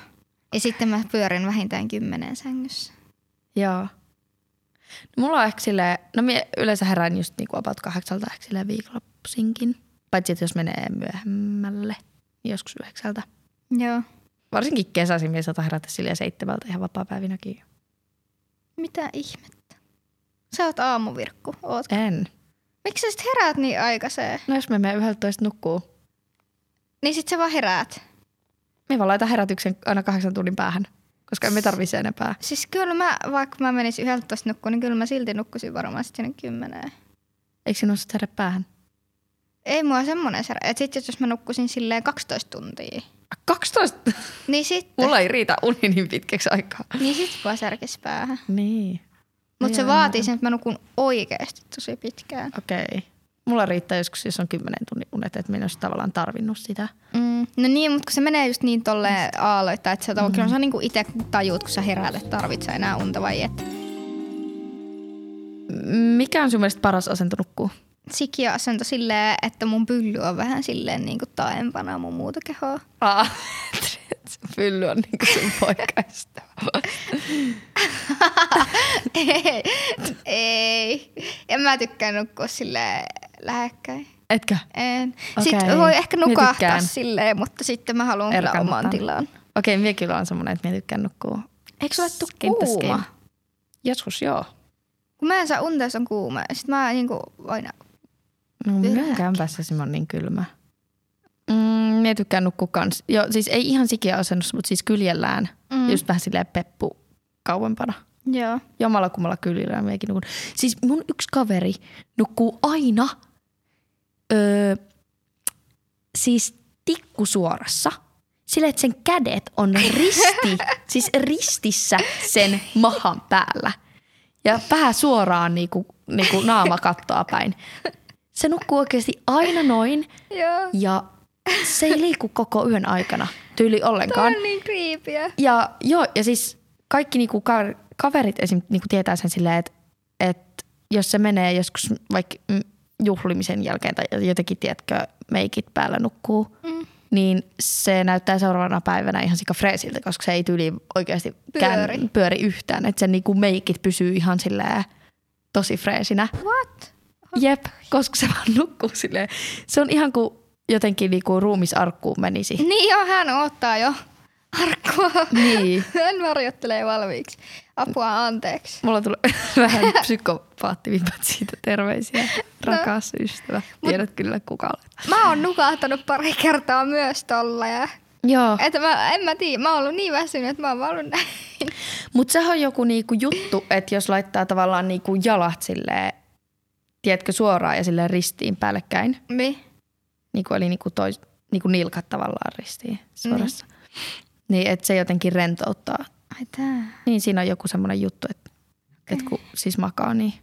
Speaker 2: Ja sitten mä pyörin vähintään kymmenen sängyssä.
Speaker 3: Joo. No mulla on ehkä silleen, no mä yleensä herään just niinku about kahdeksalta ehkä silleen viikonloppuisinkin. Paitsi, että jos menee myöhemmälle, niin joskus yhdeksältä.
Speaker 2: Joo.
Speaker 3: Varsinkin kesäisin minä saatan herätä silleen seitsemältä ihan vapaa-päivinäkin.
Speaker 2: Mitä ihmettä? Sä oot aamuvirkku, oot.
Speaker 3: En.
Speaker 2: Miksi sä sit heräät niin aikaiseen?
Speaker 3: No jos me menee yhdeltätoista nukkuu,
Speaker 2: Niin sit sä vaan heräät.
Speaker 3: me vaan laitan herätyksen aina kahdeksan tunnin päähän, koska emme tarvitse enempää.
Speaker 2: Siis kyllä mä, vaikka mä menisin 11 nukkuun, niin kyllä mä silti nukkusin varmaan sitten sinne kymmeneen.
Speaker 3: Eikö sinun sitä herä päähän?
Speaker 2: Ei mua semmonen särä. Et sit jos mä nukkusin silleen 12 tuntia,
Speaker 3: 12.
Speaker 2: niin sitten,
Speaker 3: Mulla ei riitä uni niin pitkäksi aikaa.
Speaker 2: niin sit mua särkis päähän.
Speaker 3: Niin.
Speaker 2: Mutta se
Speaker 3: Joo,
Speaker 2: vaatii sen, että mä nukun oikeasti tosi pitkään.
Speaker 3: Okei. Okay. Mulla riittää joskus, jos on kymmenen tunnin unet, että minä olisi tavallaan tarvinnut sitä.
Speaker 2: Mm. No niin, mutta kun se menee just niin tolle aalloittain, että sä mm. kyllä sä niinku itse tajuut, kun sä heräät, että tarvitsee enää unta vai et.
Speaker 3: Mikä on sun mielestä paras asento nukkuu?
Speaker 2: Sikiöasento silleen, että mun pylly on vähän silleen niinku taempana mun muuta kehoa.
Speaker 3: Aa, se pylly on niinku sun poikaista.
Speaker 2: Ei, ei. En mä tykkää nukkua silleen lähekkäin.
Speaker 3: Etkö?
Speaker 2: En.
Speaker 3: Okei.
Speaker 2: Sitten voi ehkä
Speaker 3: Minä
Speaker 2: nukahtaa
Speaker 3: tykkään.
Speaker 2: silleen, mutta sitten mä haluan kyllä
Speaker 3: Erkannuttaa.
Speaker 2: omaan tilaan.
Speaker 3: Okei, minä kyllä on semmonen, että minä tykkään nukkua.
Speaker 2: Eikö sulle tuu
Speaker 3: Skin to skin.
Speaker 2: kuuma?
Speaker 3: Joskus joo.
Speaker 2: Kun mä en saa unta, jos on kuuma. Sitten mä niinku voin...
Speaker 3: No minun
Speaker 2: Pyhäkin.
Speaker 3: kämpässä se on niin kylmä. Mm, minä tykkään nukkua kans. Joo, siis ei ihan sikiä asennossa, mutta siis kyljellään. Mm. Just vähän silleen peppu kauempana.
Speaker 2: Mm, Joo.
Speaker 3: Jomalla kummalla kyljellä minäkin nukun. Siis mun yksi kaveri nukkuu aina öö, siis tikkusuorassa. Sillä, että sen kädet on risti, siis ristissä sen mahan päällä. Ja pää suoraan niinku, niinku naama kattoa päin. Se nukkuu oikeasti aina noin
Speaker 2: Joo.
Speaker 3: ja se ei liiku koko yön aikana tyyli
Speaker 2: Tuo
Speaker 3: ollenkaan.
Speaker 2: on niin kriipiä.
Speaker 3: Ja joo, ja siis kaikki niinku ka- kaverit esim. Niinku tietää sen silleen, että et jos se menee joskus vaikka mm, juhlimisen jälkeen tai jotenkin, tiedätkö, meikit päällä nukkuu, mm. niin se näyttää seuraavana päivänä ihan sika freesiltä, koska se ei tyyli oikeasti
Speaker 2: Pyöri.
Speaker 3: Kään, pyöri yhtään. Että sen niinku meikit pysyy ihan silleen tosi freesinä.
Speaker 2: What?
Speaker 3: Jep, koska se vaan nukkuu silleen. Se on ihan kuin jotenkin niinku ruumisarkkuun menisi.
Speaker 2: Niin jo, hän ottaa jo arkkua.
Speaker 3: Niin.
Speaker 2: Hän harjoittelee valmiiksi. Apua anteeksi.
Speaker 3: Mulla tuli vähän psykopaattivimpat siitä terveisiä. Rakas ystävä. Tiedät kyllä kuka olet.
Speaker 2: Mä oon nukahtanut pari kertaa myös tolla ja...
Speaker 3: Joo,
Speaker 2: Että mä, en mä tiedä, mä oon ollut niin väsynyt, että mä oon vaan ollut näin.
Speaker 3: mutta sehän on joku niinku juttu, että jos laittaa tavallaan niinku jalat silleen, tiedätkö, suoraan ja silleen ristiin päällekkäin.
Speaker 2: Mi?
Speaker 3: Niinku, eli niinku, tois, niinku nilkat tavallaan ristiin suorassa. Mm. Niin, että se jotenkin rentouttaa.
Speaker 2: Ai tää.
Speaker 3: Niin, siinä on joku semmoinen juttu, että okay. et kun siis makaa, niin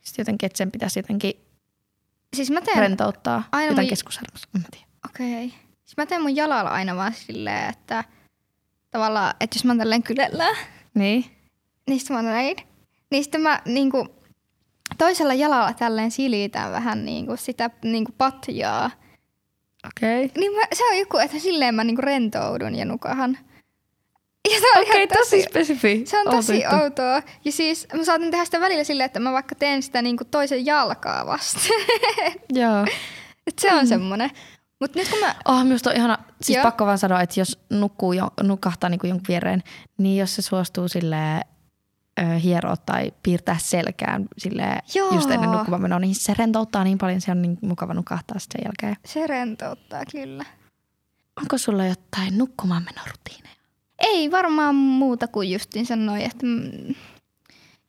Speaker 3: sit jotenkin, että sen pitäisi jotenkin
Speaker 2: Siis mä teen...
Speaker 3: rentouttaa
Speaker 2: Aina
Speaker 3: Aina niin. jotain
Speaker 2: mun-
Speaker 3: mun... keskushermosta. En mä tiedä.
Speaker 2: Okei. Okay. Siis mä teen mun jalalla aina vaan silleen, että... Tavallaan, että jos mä oon tälleen kylellä,
Speaker 3: Niin.
Speaker 2: niin sit mä oon näin. Niin sitten mä niinku... Toisella jalalla tälleen silitän vähän niinku sitä niinku patjaa.
Speaker 3: Okei. Okay.
Speaker 2: Niin mä, se on joku, että silleen mä niinku rentoudun ja nukahan. Ja se on ihan
Speaker 3: Okei, okay, tosi spesifi.
Speaker 2: Se on
Speaker 3: Outo
Speaker 2: tosi
Speaker 3: juttu.
Speaker 2: outoa. Ja siis mä saatan tehdä sitä välillä silleen, että mä vaikka teen sitä niinku toisen jalkaa vasten.
Speaker 3: Joo.
Speaker 2: Et se on mm. semmonen. Mut nyt kun mä...
Speaker 3: Oh, minusta on ihana, siis
Speaker 2: Joo.
Speaker 3: Joo. pakko vaan sanoa, että jos nukkuu jo, nukahtaa niin kuin jonkun viereen, niin jos se suostuu sille hieroa tai piirtää selkään sille
Speaker 2: Joo.
Speaker 3: just ennen nukkumaan menoa, niin se rentouttaa niin paljon, se on niin mukava nukahtaa sitten sen jälkeen.
Speaker 2: Se rentouttaa kyllä.
Speaker 3: Onko sulla jotain nukkumaan menorutiineja?
Speaker 2: Ei varmaan muuta kuin justiin sanoi, että mm,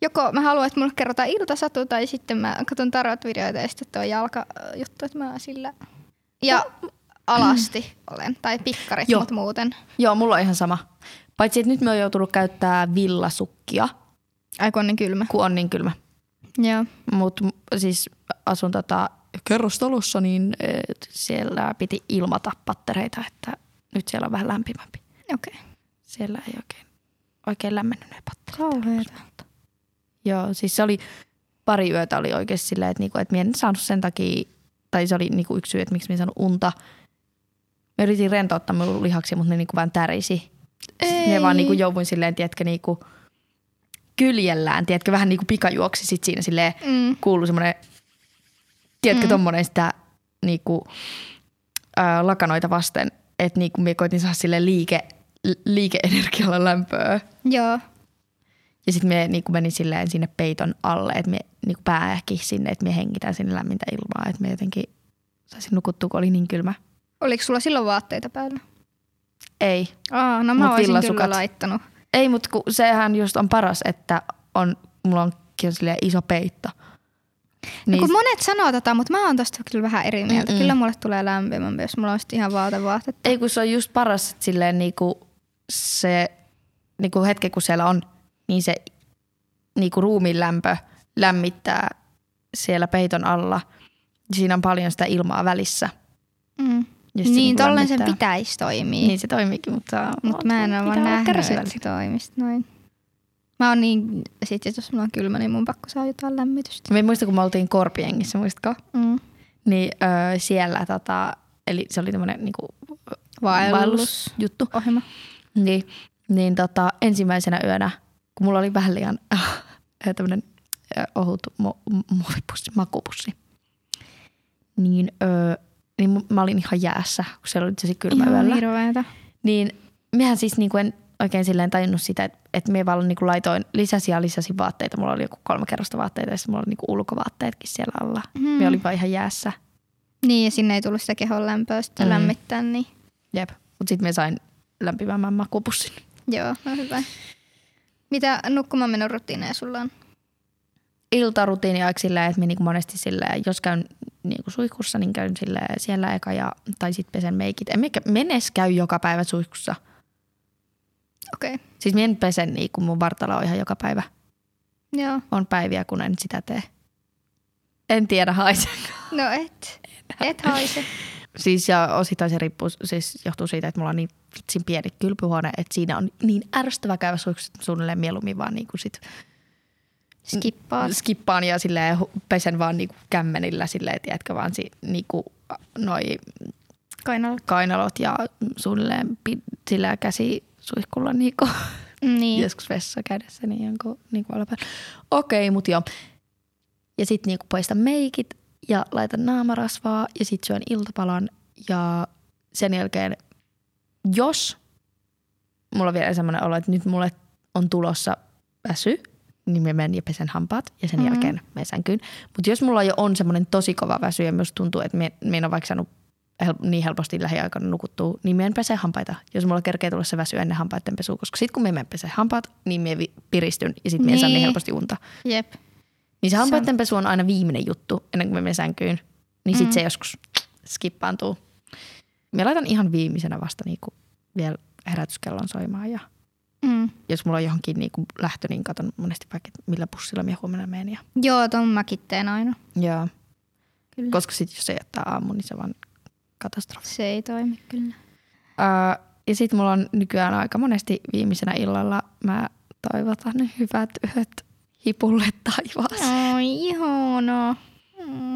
Speaker 2: joko mä haluan, että mulle kerrotaan iltasatu tai sitten mä katson tarot-videoita ja sitten tuo jalkajuttu, että mä oon sillä. Ja alasti olen, tai pikkarit,
Speaker 3: No, Joo.
Speaker 2: mutta muuten.
Speaker 3: Joo, mulla on ihan sama. Paitsi, että nyt me on joutunut käyttää villasukkia,
Speaker 2: Ai kun on niin kylmä.
Speaker 3: kun on niin kylmä.
Speaker 2: Joo.
Speaker 3: Mutta siis asun tota kerrostalossa, niin et, siellä piti ilmata pattereita, että nyt siellä on vähän lämpimämpi.
Speaker 2: Okei. Okay.
Speaker 3: Siellä ei oikein, oikein lämmennyt ne patterit.
Speaker 2: Kauheeta.
Speaker 3: Joo, siis se oli pari yötä oli oikeasti silleen, että niinku, et mä en saanut sen takia, tai se oli niinku yksi syy, että miksi mä en saanut unta. Mä yritin rentouttaa mun lihaksi, mutta ne niinku vaan tärisi. Ei. Ne vaan niinku jouduin silleen, tiedätkö, niinku kyljellään, tiedätkö, vähän niinku pikajuoksi sit siinä silleen
Speaker 2: Mm.
Speaker 3: kuuluu semmoinen, tiedätkö, mm. tommonen sitä niinku, ää, lakanoita vasten, että niinku me koitin saada sille liike, li- liikeenergialla lämpöä.
Speaker 2: Joo.
Speaker 3: Ja sitten me niinku menin silleen sinne peiton alle, että me niinku pää ähki sinne, että me hengitän sinne lämmintä ilmaa, että me jotenkin saisin nukuttua, kun oli niin kylmä.
Speaker 2: Oliko sulla silloin vaatteita päällä?
Speaker 3: Ei.
Speaker 2: Aa, no mä
Speaker 3: Mut
Speaker 2: olisin kyllä
Speaker 3: villasukat.
Speaker 2: laittanut. No
Speaker 3: Ei, mutta sehän just on paras, että on, mulla on silleen iso peitto.
Speaker 2: Niin.
Speaker 3: Niin, Mm,
Speaker 2: Kun monet sanoo tota, mutta mä oon tosta kyllä vähän eri mieltä. Mm-mm.
Speaker 3: Mm-mm.
Speaker 2: Kyllä mulle tulee lämpimämpi, jos mulla on sit ihan vaatevaatetta.
Speaker 3: Ei kun se on just paras, että silleen niinku se niinku hetki kun siellä on, niin se niinku ruumiin lämpö lämmittää siellä peiton alla. Siinä on paljon sitä ilmaa välissä.
Speaker 2: Mm.
Speaker 3: ja sit
Speaker 2: Niin,
Speaker 3: se niinku
Speaker 2: tolleen sen
Speaker 3: lämmittää.
Speaker 2: pitäisi toimia. Niin.
Speaker 3: Niin se toimiikin, mutta,
Speaker 2: Mutta mä en ole vaan
Speaker 3: pitää olla
Speaker 2: nähnyt, että se
Speaker 3: kärsivällinen.
Speaker 2: toimisi noin. Mä oon niin, sit jos mulla on kylmä, niin mun pakko saa jotain lämmitystä.
Speaker 3: Mä en muista, kun me oltiin korpiengissä, muistatko?
Speaker 2: Mm.
Speaker 3: Niin öö, siellä tota, eli se oli tämmönen niinku
Speaker 2: Vaellus.
Speaker 3: juttu.
Speaker 2: Ohjelma.
Speaker 3: Niin, niin tota, ensimmäisenä yönä, kun mulla oli vähän liian äh, tämmönen äh, ohut mu- mu- muovipussi, makupussi, niin, öö, niin mu- mä olin ihan jäässä, kun siellä oli tosi kylmä
Speaker 2: Ihan
Speaker 3: yöllä.
Speaker 2: hirveetä.
Speaker 3: Niin mehän siis niinku en oikein silleen tajunnut sitä, että et me vaan niinku laitoin lisäsi ja lisäsi vaatteita. Mulla oli joku kolme kerrosta vaatteita ja sitten mulla oli niinku ulkovaatteetkin siellä alla. Mm. Me oli vaan ihan jäässä.
Speaker 2: Niin, ja sinne ei tullut sitä kehon lämpöä sitten
Speaker 3: Mm.
Speaker 2: lämmittää, niin
Speaker 3: Jep. Mutta sitten me sain lämpimämmän makupussin.
Speaker 2: joo, no hyvä. Mitä nukkumaan menon rutiineja sulla on?
Speaker 3: iltarutiini aika silleen, että me niinku monesti silleen, jos käyn niinku suihkussa, niin käyn silleen siellä eka ja, tai sitten pesen meikit. En mekä- menes käy joka päivä suihkussa.
Speaker 2: Okei, okay.
Speaker 3: Siis minä en pesen niinku mun vartalo on ihan joka päivä.
Speaker 2: joo.
Speaker 3: On päiviä, kun en sitä tee. En tiedä haisen.
Speaker 2: No et. Et haise.
Speaker 3: Siis ja osittain se riippuu, siis johtuu siitä, että mulla on niin vitsin pieni kylpyhuone, että siinä on niin ärsyttävä käydä su- suunnilleen mieluummin vaan niinku sit
Speaker 2: Skippaa.
Speaker 3: skippaan ja silleen hu- pesen vaan niinku kämmenillä silleen, tiedätkö, vaan si- niinku noi
Speaker 2: Kainalla.
Speaker 3: kainalot ja suunnilleen pi- sillä käsisuihkulla niinku
Speaker 2: Niin.
Speaker 3: niin. joskus vessa kädessä, niin jonkun niin alapään. Okei, mut joo. Ja sitten niin poistan meikit ja laitan naamarasvaa ja sitten syön iltapalan. Ja sen jälkeen, jos mulla on vielä semmoinen olo, että nyt mulle on tulossa väsy, niin mä menen ja pesen hampaat ja sen
Speaker 2: Mhm.
Speaker 3: mm-hmm. jälkeen menen sänkyyn. Mutta jos mulla jo on semmoinen tosi kova väsy ja myös tuntuu, että mä mä en ole vaikka saanut hel- niin helposti lähiaikana nukuttuu, niin mä en pese hampaita. Jos mulla kerkee tulla se väsy ennen hampaiden pesua, koska sit kun mä en pese hampaat, niin mä vi- piristyn ja sit mä en saa niin
Speaker 2: Niin.
Speaker 3: helposti unta.
Speaker 2: Jep.
Speaker 3: Niin se
Speaker 2: on-
Speaker 3: hampaiden pesu on aina viimeinen juttu ennen kuin mä menen sänkyyn. Niin sit
Speaker 2: Mm.
Speaker 3: se joskus skippaantuu. Mä laitan ihan viimeisenä vasta niinku vielä herätyskellon soimaan ja
Speaker 2: Mm.
Speaker 3: jos mulla on johonkin niinku lähtö, niin katon monesti vaikka, että millä bussilla mä huomenna menen. Ja...
Speaker 2: Joo, ton mäkin teen aina.
Speaker 3: Joo.
Speaker 2: Kyllä.
Speaker 3: Koska sit jos se jättää aamu, niin se vaan katastrofi.
Speaker 2: Se ei toimi kyllä.
Speaker 3: Ää, Äh, ja sitten mulla on nykyään aika monesti viimeisenä illalla, mä toivotan hyvät yöt hipulle taivaaseen.
Speaker 2: Oi, ihana. Mm.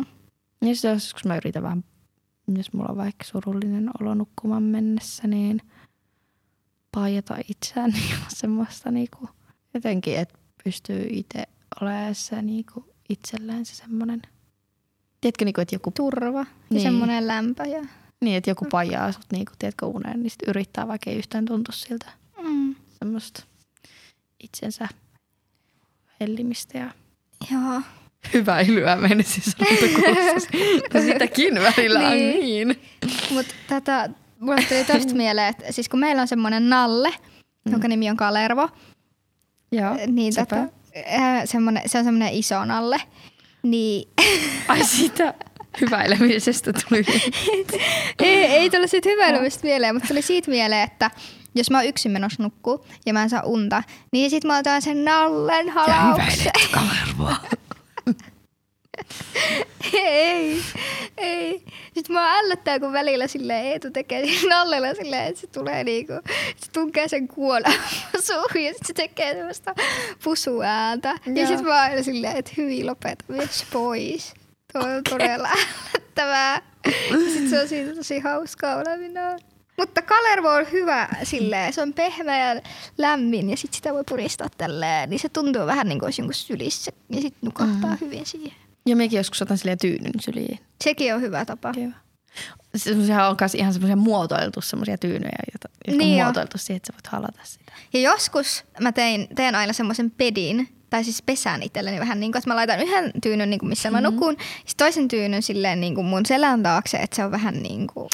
Speaker 3: Ja sitten joskus mä yritän vähän, jos mulla on vaikka surullinen olo nukkumaan mennessä, niin paijata itseään niin semmoista niinku, jotenkin, että pystyy itse olemaan se niinku itselleen se semmoinen. Tiedätkö, niinku, että joku,
Speaker 2: Turva ja
Speaker 3: Niin.
Speaker 2: semmoinen lämpö. Ja...
Speaker 3: niin, että joku paijaa sut, niinku, tiedätkö, uneen, niin sit yrittää vaikka ei yhtään tuntu siltä.
Speaker 2: Mm.
Speaker 3: semmoista itsensä hellimistä ja
Speaker 2: Joo.
Speaker 3: hyväilyä menisi sanotuksi. siis Sitäkin välillä on
Speaker 2: Niin.
Speaker 3: niin.
Speaker 2: Mutta tätä, mulle tuli tosta mieleen, että siis kun meillä on semmoinen Nalle, mm. jonka nimi on Kalervo,
Speaker 3: Joo,
Speaker 2: niin
Speaker 3: sepä.
Speaker 2: tota, ää, semmonen, se on semmoinen iso Nalle. Niin
Speaker 3: Ai sitä hyväilemisestä tuli.
Speaker 2: ei, ei tullut siitä hyväilymistä mieleen, mutta tuli siitä mieleen, että jos mä oon yksin menossa nukkuu ja mä en saa unta, niin sit mä otan sen nallen halauksen.
Speaker 3: kavervoa.
Speaker 2: ei, ei. Sitten mä ällöttää, kun välillä silleen Eetu tekee sillä nallella silleen, että se tulee niinku, se tunkee sen kuolan suuhun ja sit se tekee semmoista pusuääntä. Ja,
Speaker 3: Joo.
Speaker 2: sit mä oon aina silleen, että hyvin lopeta mies pois. Tuo on todella ällöttävää. Ja sit se on siitä tosi hauskaa olevinaan. Mutta Kalervo on hyvä silleen, se on pehmeä ja lämmin ja sit sitä voi puristaa tälleen, niin se tuntuu vähän niin kuin olisi jonkun sylissä ja sit nukahtaa mm. hyvin siihen.
Speaker 3: Ja mekin joskus otan silleen tyynyn syliin.
Speaker 2: Sekin on hyvä tapa.
Speaker 3: Joo. Semmoisia on myös ihan semmoisia muotoiltu semmoisia tyynyjä, joita,
Speaker 2: Niin
Speaker 3: jotka niin
Speaker 2: jo.
Speaker 3: on muotoiltu siihen, että sä voit halata sitä.
Speaker 2: Ja joskus mä tein, teen aina semmoisen pedin, tai siis pesän itselleni vähän niin kuin, että mä laitan yhden tyynyn, niin kuin missä mä nukun, sitten toisen tyynyn silleen niin kuin mun selän taakse, että se on vähän niin kuin...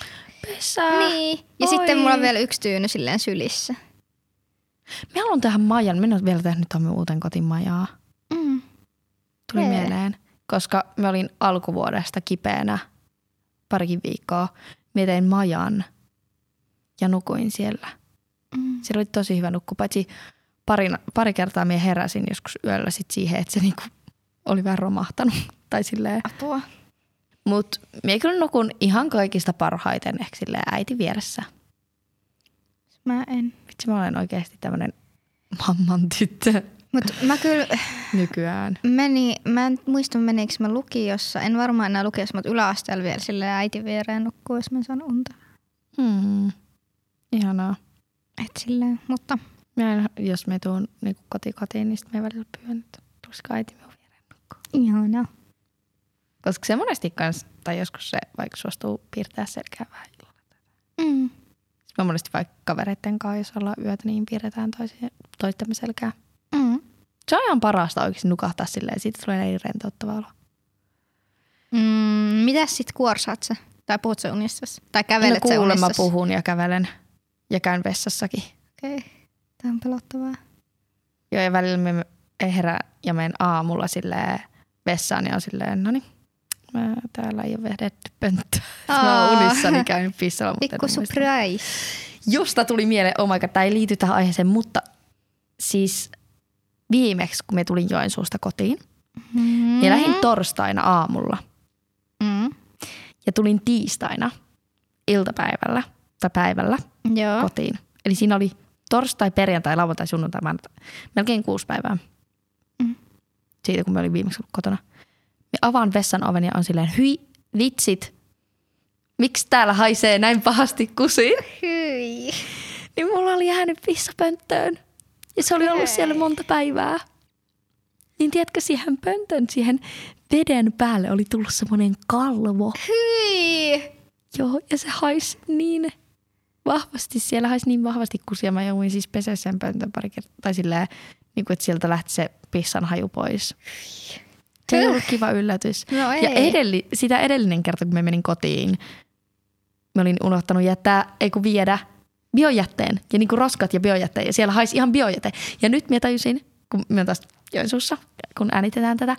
Speaker 3: Pesää.
Speaker 2: niin. Ja
Speaker 3: oi.
Speaker 2: sitten mulla on vielä yksi tyyny silleen sylissä.
Speaker 3: Mä haluan tähän majan. Minä olen vielä tehnyt tuonne uuteen kotimajaa.
Speaker 2: Mm.
Speaker 3: tuli
Speaker 2: Jee.
Speaker 3: mieleen, koska mä olin alkuvuodesta kipeänä parikin viikkoa. Mä tein majan ja nukuin siellä.
Speaker 2: Mm.
Speaker 3: Siellä oli tosi hyvä nukku, paitsi pari, pari kertaa mä heräsin joskus yöllä sit siihen, että se niinku oli vähän romahtanut. Tai silleen.
Speaker 2: Apua.
Speaker 3: Mut mä kyllä nukun ihan kaikista parhaiten ehkä silleen äiti vieressä.
Speaker 2: Mä en.
Speaker 3: Vitsi mä olen oikeasti tämmönen mamman tyttö
Speaker 2: Mutta mä kyllä
Speaker 3: nykyään.
Speaker 2: meni, mä en muista menikö mä lukiossa, en varmaan enää lukiossa, mutta yläasteella vielä silleen äitin viereen nukkuu, jos mä saan unta.
Speaker 3: Hmm. Ihanaa.
Speaker 2: Et silleen, mutta
Speaker 3: Mä en, jos me tuun niinku koti kotiin, niin sitten me välillä pyydän, että tulisiko äiti minun viereen nukkumaan.
Speaker 2: ihanaa.
Speaker 3: Koska se monesti kans, tai joskus se vaikka suostuu piirtää selkää vähän illalla.
Speaker 2: Mm.
Speaker 3: Sitten me monesti vaikka kavereiden kanssa, jos ollaan yötä, niin piirretään toisien, toistemme selkää.
Speaker 2: Mm.
Speaker 3: Se on ihan parasta oikeasti nukahtaa silleen, siitä tulee niin rentouttava olo.
Speaker 2: Mm, mitäs sit kuorsaat sä? Tai puhut sä unissasi? Tai kävelet
Speaker 3: no
Speaker 2: sä
Speaker 3: kuulemma
Speaker 2: unissasi?
Speaker 3: puhun ja kävelen ja käyn vessassakin.
Speaker 2: Okei, tää on pelottavaa.
Speaker 3: Joo, ja välillä me herään ja menen aamulla silleen vessaan ja on silleen, no niin, mä täällä ei ole vehdetty pönttöä. Mä oon
Speaker 2: Aa.
Speaker 3: unissani käynyt pissalla. mutta en
Speaker 2: Pikku
Speaker 3: muista.
Speaker 2: surprise.
Speaker 3: josta tuli mieleen, oh my god, tämä ei liity tähän aiheeseen, mutta siis viimeksi, kun me tulin Joensuusta kotiin, mm-hmm.
Speaker 2: Mm.
Speaker 3: niin lähdin torstaina aamulla
Speaker 2: mm.
Speaker 3: ja tulin tiistaina. iltapäivällä tai päivällä
Speaker 2: Mm, Joo.
Speaker 3: kotiin. Eli siinä oli torstai, perjantai, lauantai, sunnuntai, maanantai. Melkein kuusi päivää
Speaker 2: Mm.
Speaker 3: siitä, kun me olin viimeksi ollut kotona. Me avaan vessan oven ja on silleen, hyi, vitsit, miksi täällä haisee näin pahasti kusiin?
Speaker 2: Hyi.
Speaker 3: Niin mulla oli jäänyt vissapönttöön. Ja se oli ollut siellä monta päivää. Niin tiedätkö, siihen pöntön, siihen veden päälle oli tullut semmoinen kalvo.
Speaker 2: Hyi.
Speaker 3: Joo, ja se haisi niin vahvasti, siellä haisi niin vahvasti kusia. Mä jouduin siis pesä sen pöntön pari kertaa, tai silleen, niin kuin, että sieltä lähti se pissan haju pois. Se ei ollut kiva yllätys.
Speaker 2: No ei.
Speaker 3: Ja edelli, sitä edellinen kerta, kun mä menin kotiin, mä olin unohtanut jättää, ei kun viedä biojätteen ja niin kuin roskat ja biojätteen. Ja siellä haisi ihan biojäte. Ja nyt mä tajusin, kun mä oon taas Joensuussa, kun äänitetään tätä,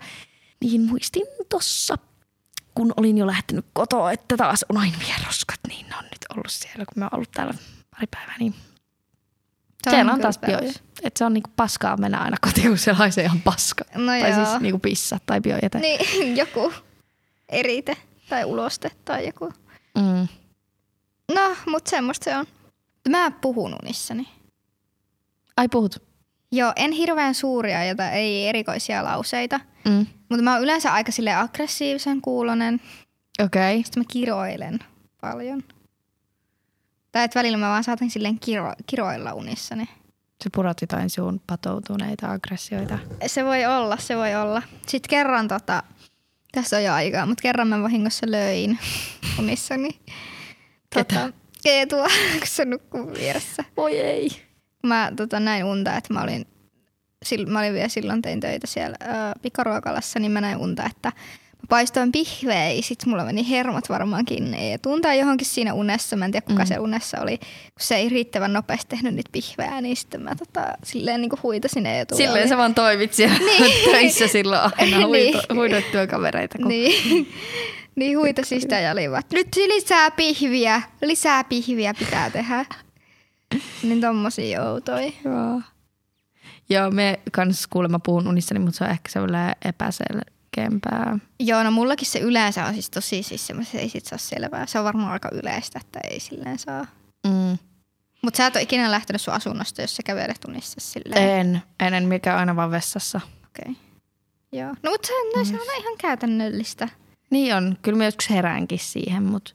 Speaker 3: niin muistin tossa, kun olin jo lähtenyt kotoa, että taas unoin vielä roskat, niin ne on nyt ollut siellä, kun mä oon ollut täällä pari päivää, niin
Speaker 2: Tämä
Speaker 3: siellä on
Speaker 2: kyllä
Speaker 3: taas bio.
Speaker 2: päätös.
Speaker 3: Että se on niinku paskaa mennä aina kotiin, kun siellä haisee ihan paska.
Speaker 2: No
Speaker 3: tai
Speaker 2: joo.
Speaker 3: siis niinku pissa tai biojäte.
Speaker 2: Niin, joku erite tai uloste tai joku.
Speaker 3: Mm.
Speaker 2: No, mutta semmoista se on. Mä puhun unissani.
Speaker 3: Ai puhut. Joo.
Speaker 2: Joo, en hirveän suuria ja ei erikoisia lauseita,
Speaker 3: Mm.
Speaker 2: mutta mä oon yleensä aika sille aggressiivisen kuulonen.
Speaker 3: Okei.
Speaker 2: Sitten mä kiroilen paljon. Tai että välillä mä vaan saatan silleen kiro, kiroilla unissani.
Speaker 3: Se purat jotain suun patoutuneita aggressioita.
Speaker 2: Se voi olla, se voi olla. Sitten kerran tota, tässä on jo aikaa, mutta kerran mä vahingossa löin unissani. Tota,
Speaker 3: Ketä?
Speaker 2: Keetua, kun se nukkuu vieressä.
Speaker 3: Voi ei.
Speaker 2: Mä tota, näin unta, että mä olin, sil, mä olin vielä silloin tein töitä siellä ö, pikaruokalassa, niin mä näin unta, että mä paistoin pihveä ja sit mulla meni hermot varmaankin etuun tai johonkin siinä unessa. Mä en tiedä kuka
Speaker 3: Mm.
Speaker 2: mm. se unessa oli, kun se ei riittävän nopeasti tehnyt niitä pihveä, niin sitten mä tota, silleen niin huitasin etuun.
Speaker 3: Silleen sä vaan toimit siellä niin. töissä silloin aina huido,
Speaker 2: Niin.
Speaker 3: huidot työkavereita. Kun... Niin.
Speaker 2: Niin. niin huitasin sitä ja oli vaan, että nyt lisää pihviä, lisää pihviä pitää tehdä. Niin tommosia joutoi.
Speaker 3: Joo. Joo, me kans kuulemma puhun unissani, mutta se on ehkä sellainen epäselkeämpää.
Speaker 2: Joo, no mullakin se yleensä on siis tosi siis semmoista, ei sit saa selvää. Se on varmaan aika yleistä, että ei silleen saa.
Speaker 3: Mm.
Speaker 2: Mutta sä et ole ikinä lähtenyt sun asunnosta, jos sä kävelet unissa silleen.
Speaker 3: En, en, en mikä aina vaan vessassa.
Speaker 2: Okei. Joo. No mutta se, no,
Speaker 3: Mm.
Speaker 2: se on ihan käytännöllistä.
Speaker 3: Niin on, kyllä mä joskus heräänkin siihen, mutta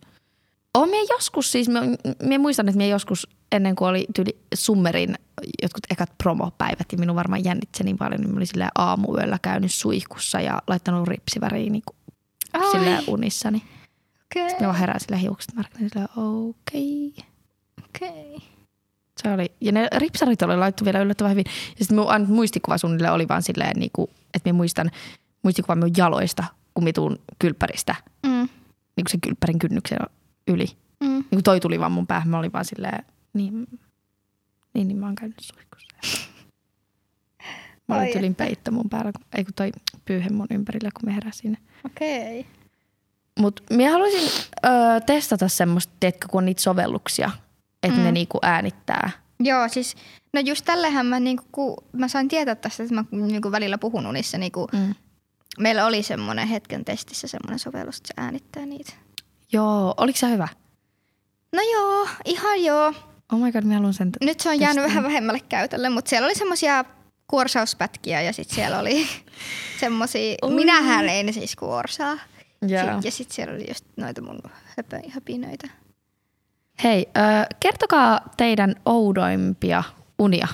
Speaker 3: oon mä joskus siis, mä, mä muistan, että mä joskus ennen kuin oli tyyli Summerin jotkut ekat promopäivät ja minun varmaan jännitse niin paljon, niin mä olin silleen aamuyöllä käynyt suihkussa ja laittanut ripsiväriin niin silleen unissani.
Speaker 2: okei.
Speaker 3: Sitten mä niin vaan heräsin sillä hiukset märkänä silleen okei. Okay.
Speaker 2: okei.
Speaker 3: Se oli, ja ne ripsarit oli laittu vielä yllättävän hyvin. Ja sitten mun ainut muistikuva suunnilleen oli vaan silleen, niin kuin, että mä muistan muistikuva minun jaloista, kun mä tuun kylppäristä,
Speaker 2: Mm.
Speaker 3: niin kuin sen kylppärin kynnyksen yli.
Speaker 2: Mm.
Speaker 3: Niin kuin toi tuli vaan mun päähän, mä olin vaan silleen, niin, niin, niin mä oon käynyt suihkussa. Mä
Speaker 2: Ai
Speaker 3: olin tylin peitto mun päällä, kun, ei kun toi pyyhe mun ympärillä, kun mä heräsin.
Speaker 2: Okei.
Speaker 3: Mut mä haluaisin öö, testata semmoista, tiedätkö, kun on niitä sovelluksia, että mm. ne
Speaker 2: Mm.
Speaker 3: niinku äänittää.
Speaker 2: Joo, siis no just tällähän mä, niinku, ku, mä sain tietää tästä, että mä niinku, välillä puhun unissa. Niinku,
Speaker 3: Mm.
Speaker 2: meillä oli semmoinen hetken testissä semmoinen sovellus, että se äänittää niitä.
Speaker 3: Joo, oliko se hyvä?
Speaker 2: No joo, ihan joo.
Speaker 3: Oh my god, mä haluan sen. T-
Speaker 2: Nyt se on jäänyt
Speaker 3: Testin.
Speaker 2: vähän vähemmälle käytölle, mutta siellä oli semmoisia kuorsauspätkiä ja sitten siellä oli semmoisia,
Speaker 3: Oi.
Speaker 2: minähän en siis kuorsaa. Yeah. Ja sitten siellä oli just noita mun höpö, höpinöitä.
Speaker 3: Hei, öö, kertokaa teidän oudoimpia unia.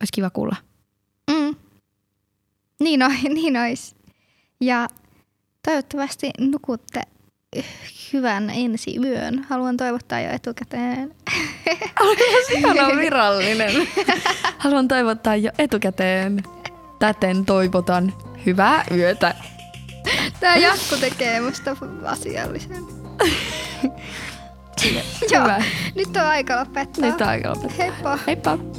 Speaker 3: Olisi kiva kuulla.
Speaker 2: Mm. Niin, oi, niin ois. Ja toivottavasti nukutte hyvän ensi yön. Haluan toivottaa jo etukäteen.
Speaker 3: Ihana virallinen. Haluan toivottaa jo etukäteen. Täten toivotan hyvää yötä.
Speaker 2: Tää jakku tekee musta asiallisen.
Speaker 3: Hyvä.
Speaker 2: Nyt on aika lopettaa.
Speaker 3: Nyt on aika lopettaa.
Speaker 2: Heippa.
Speaker 3: Heippa.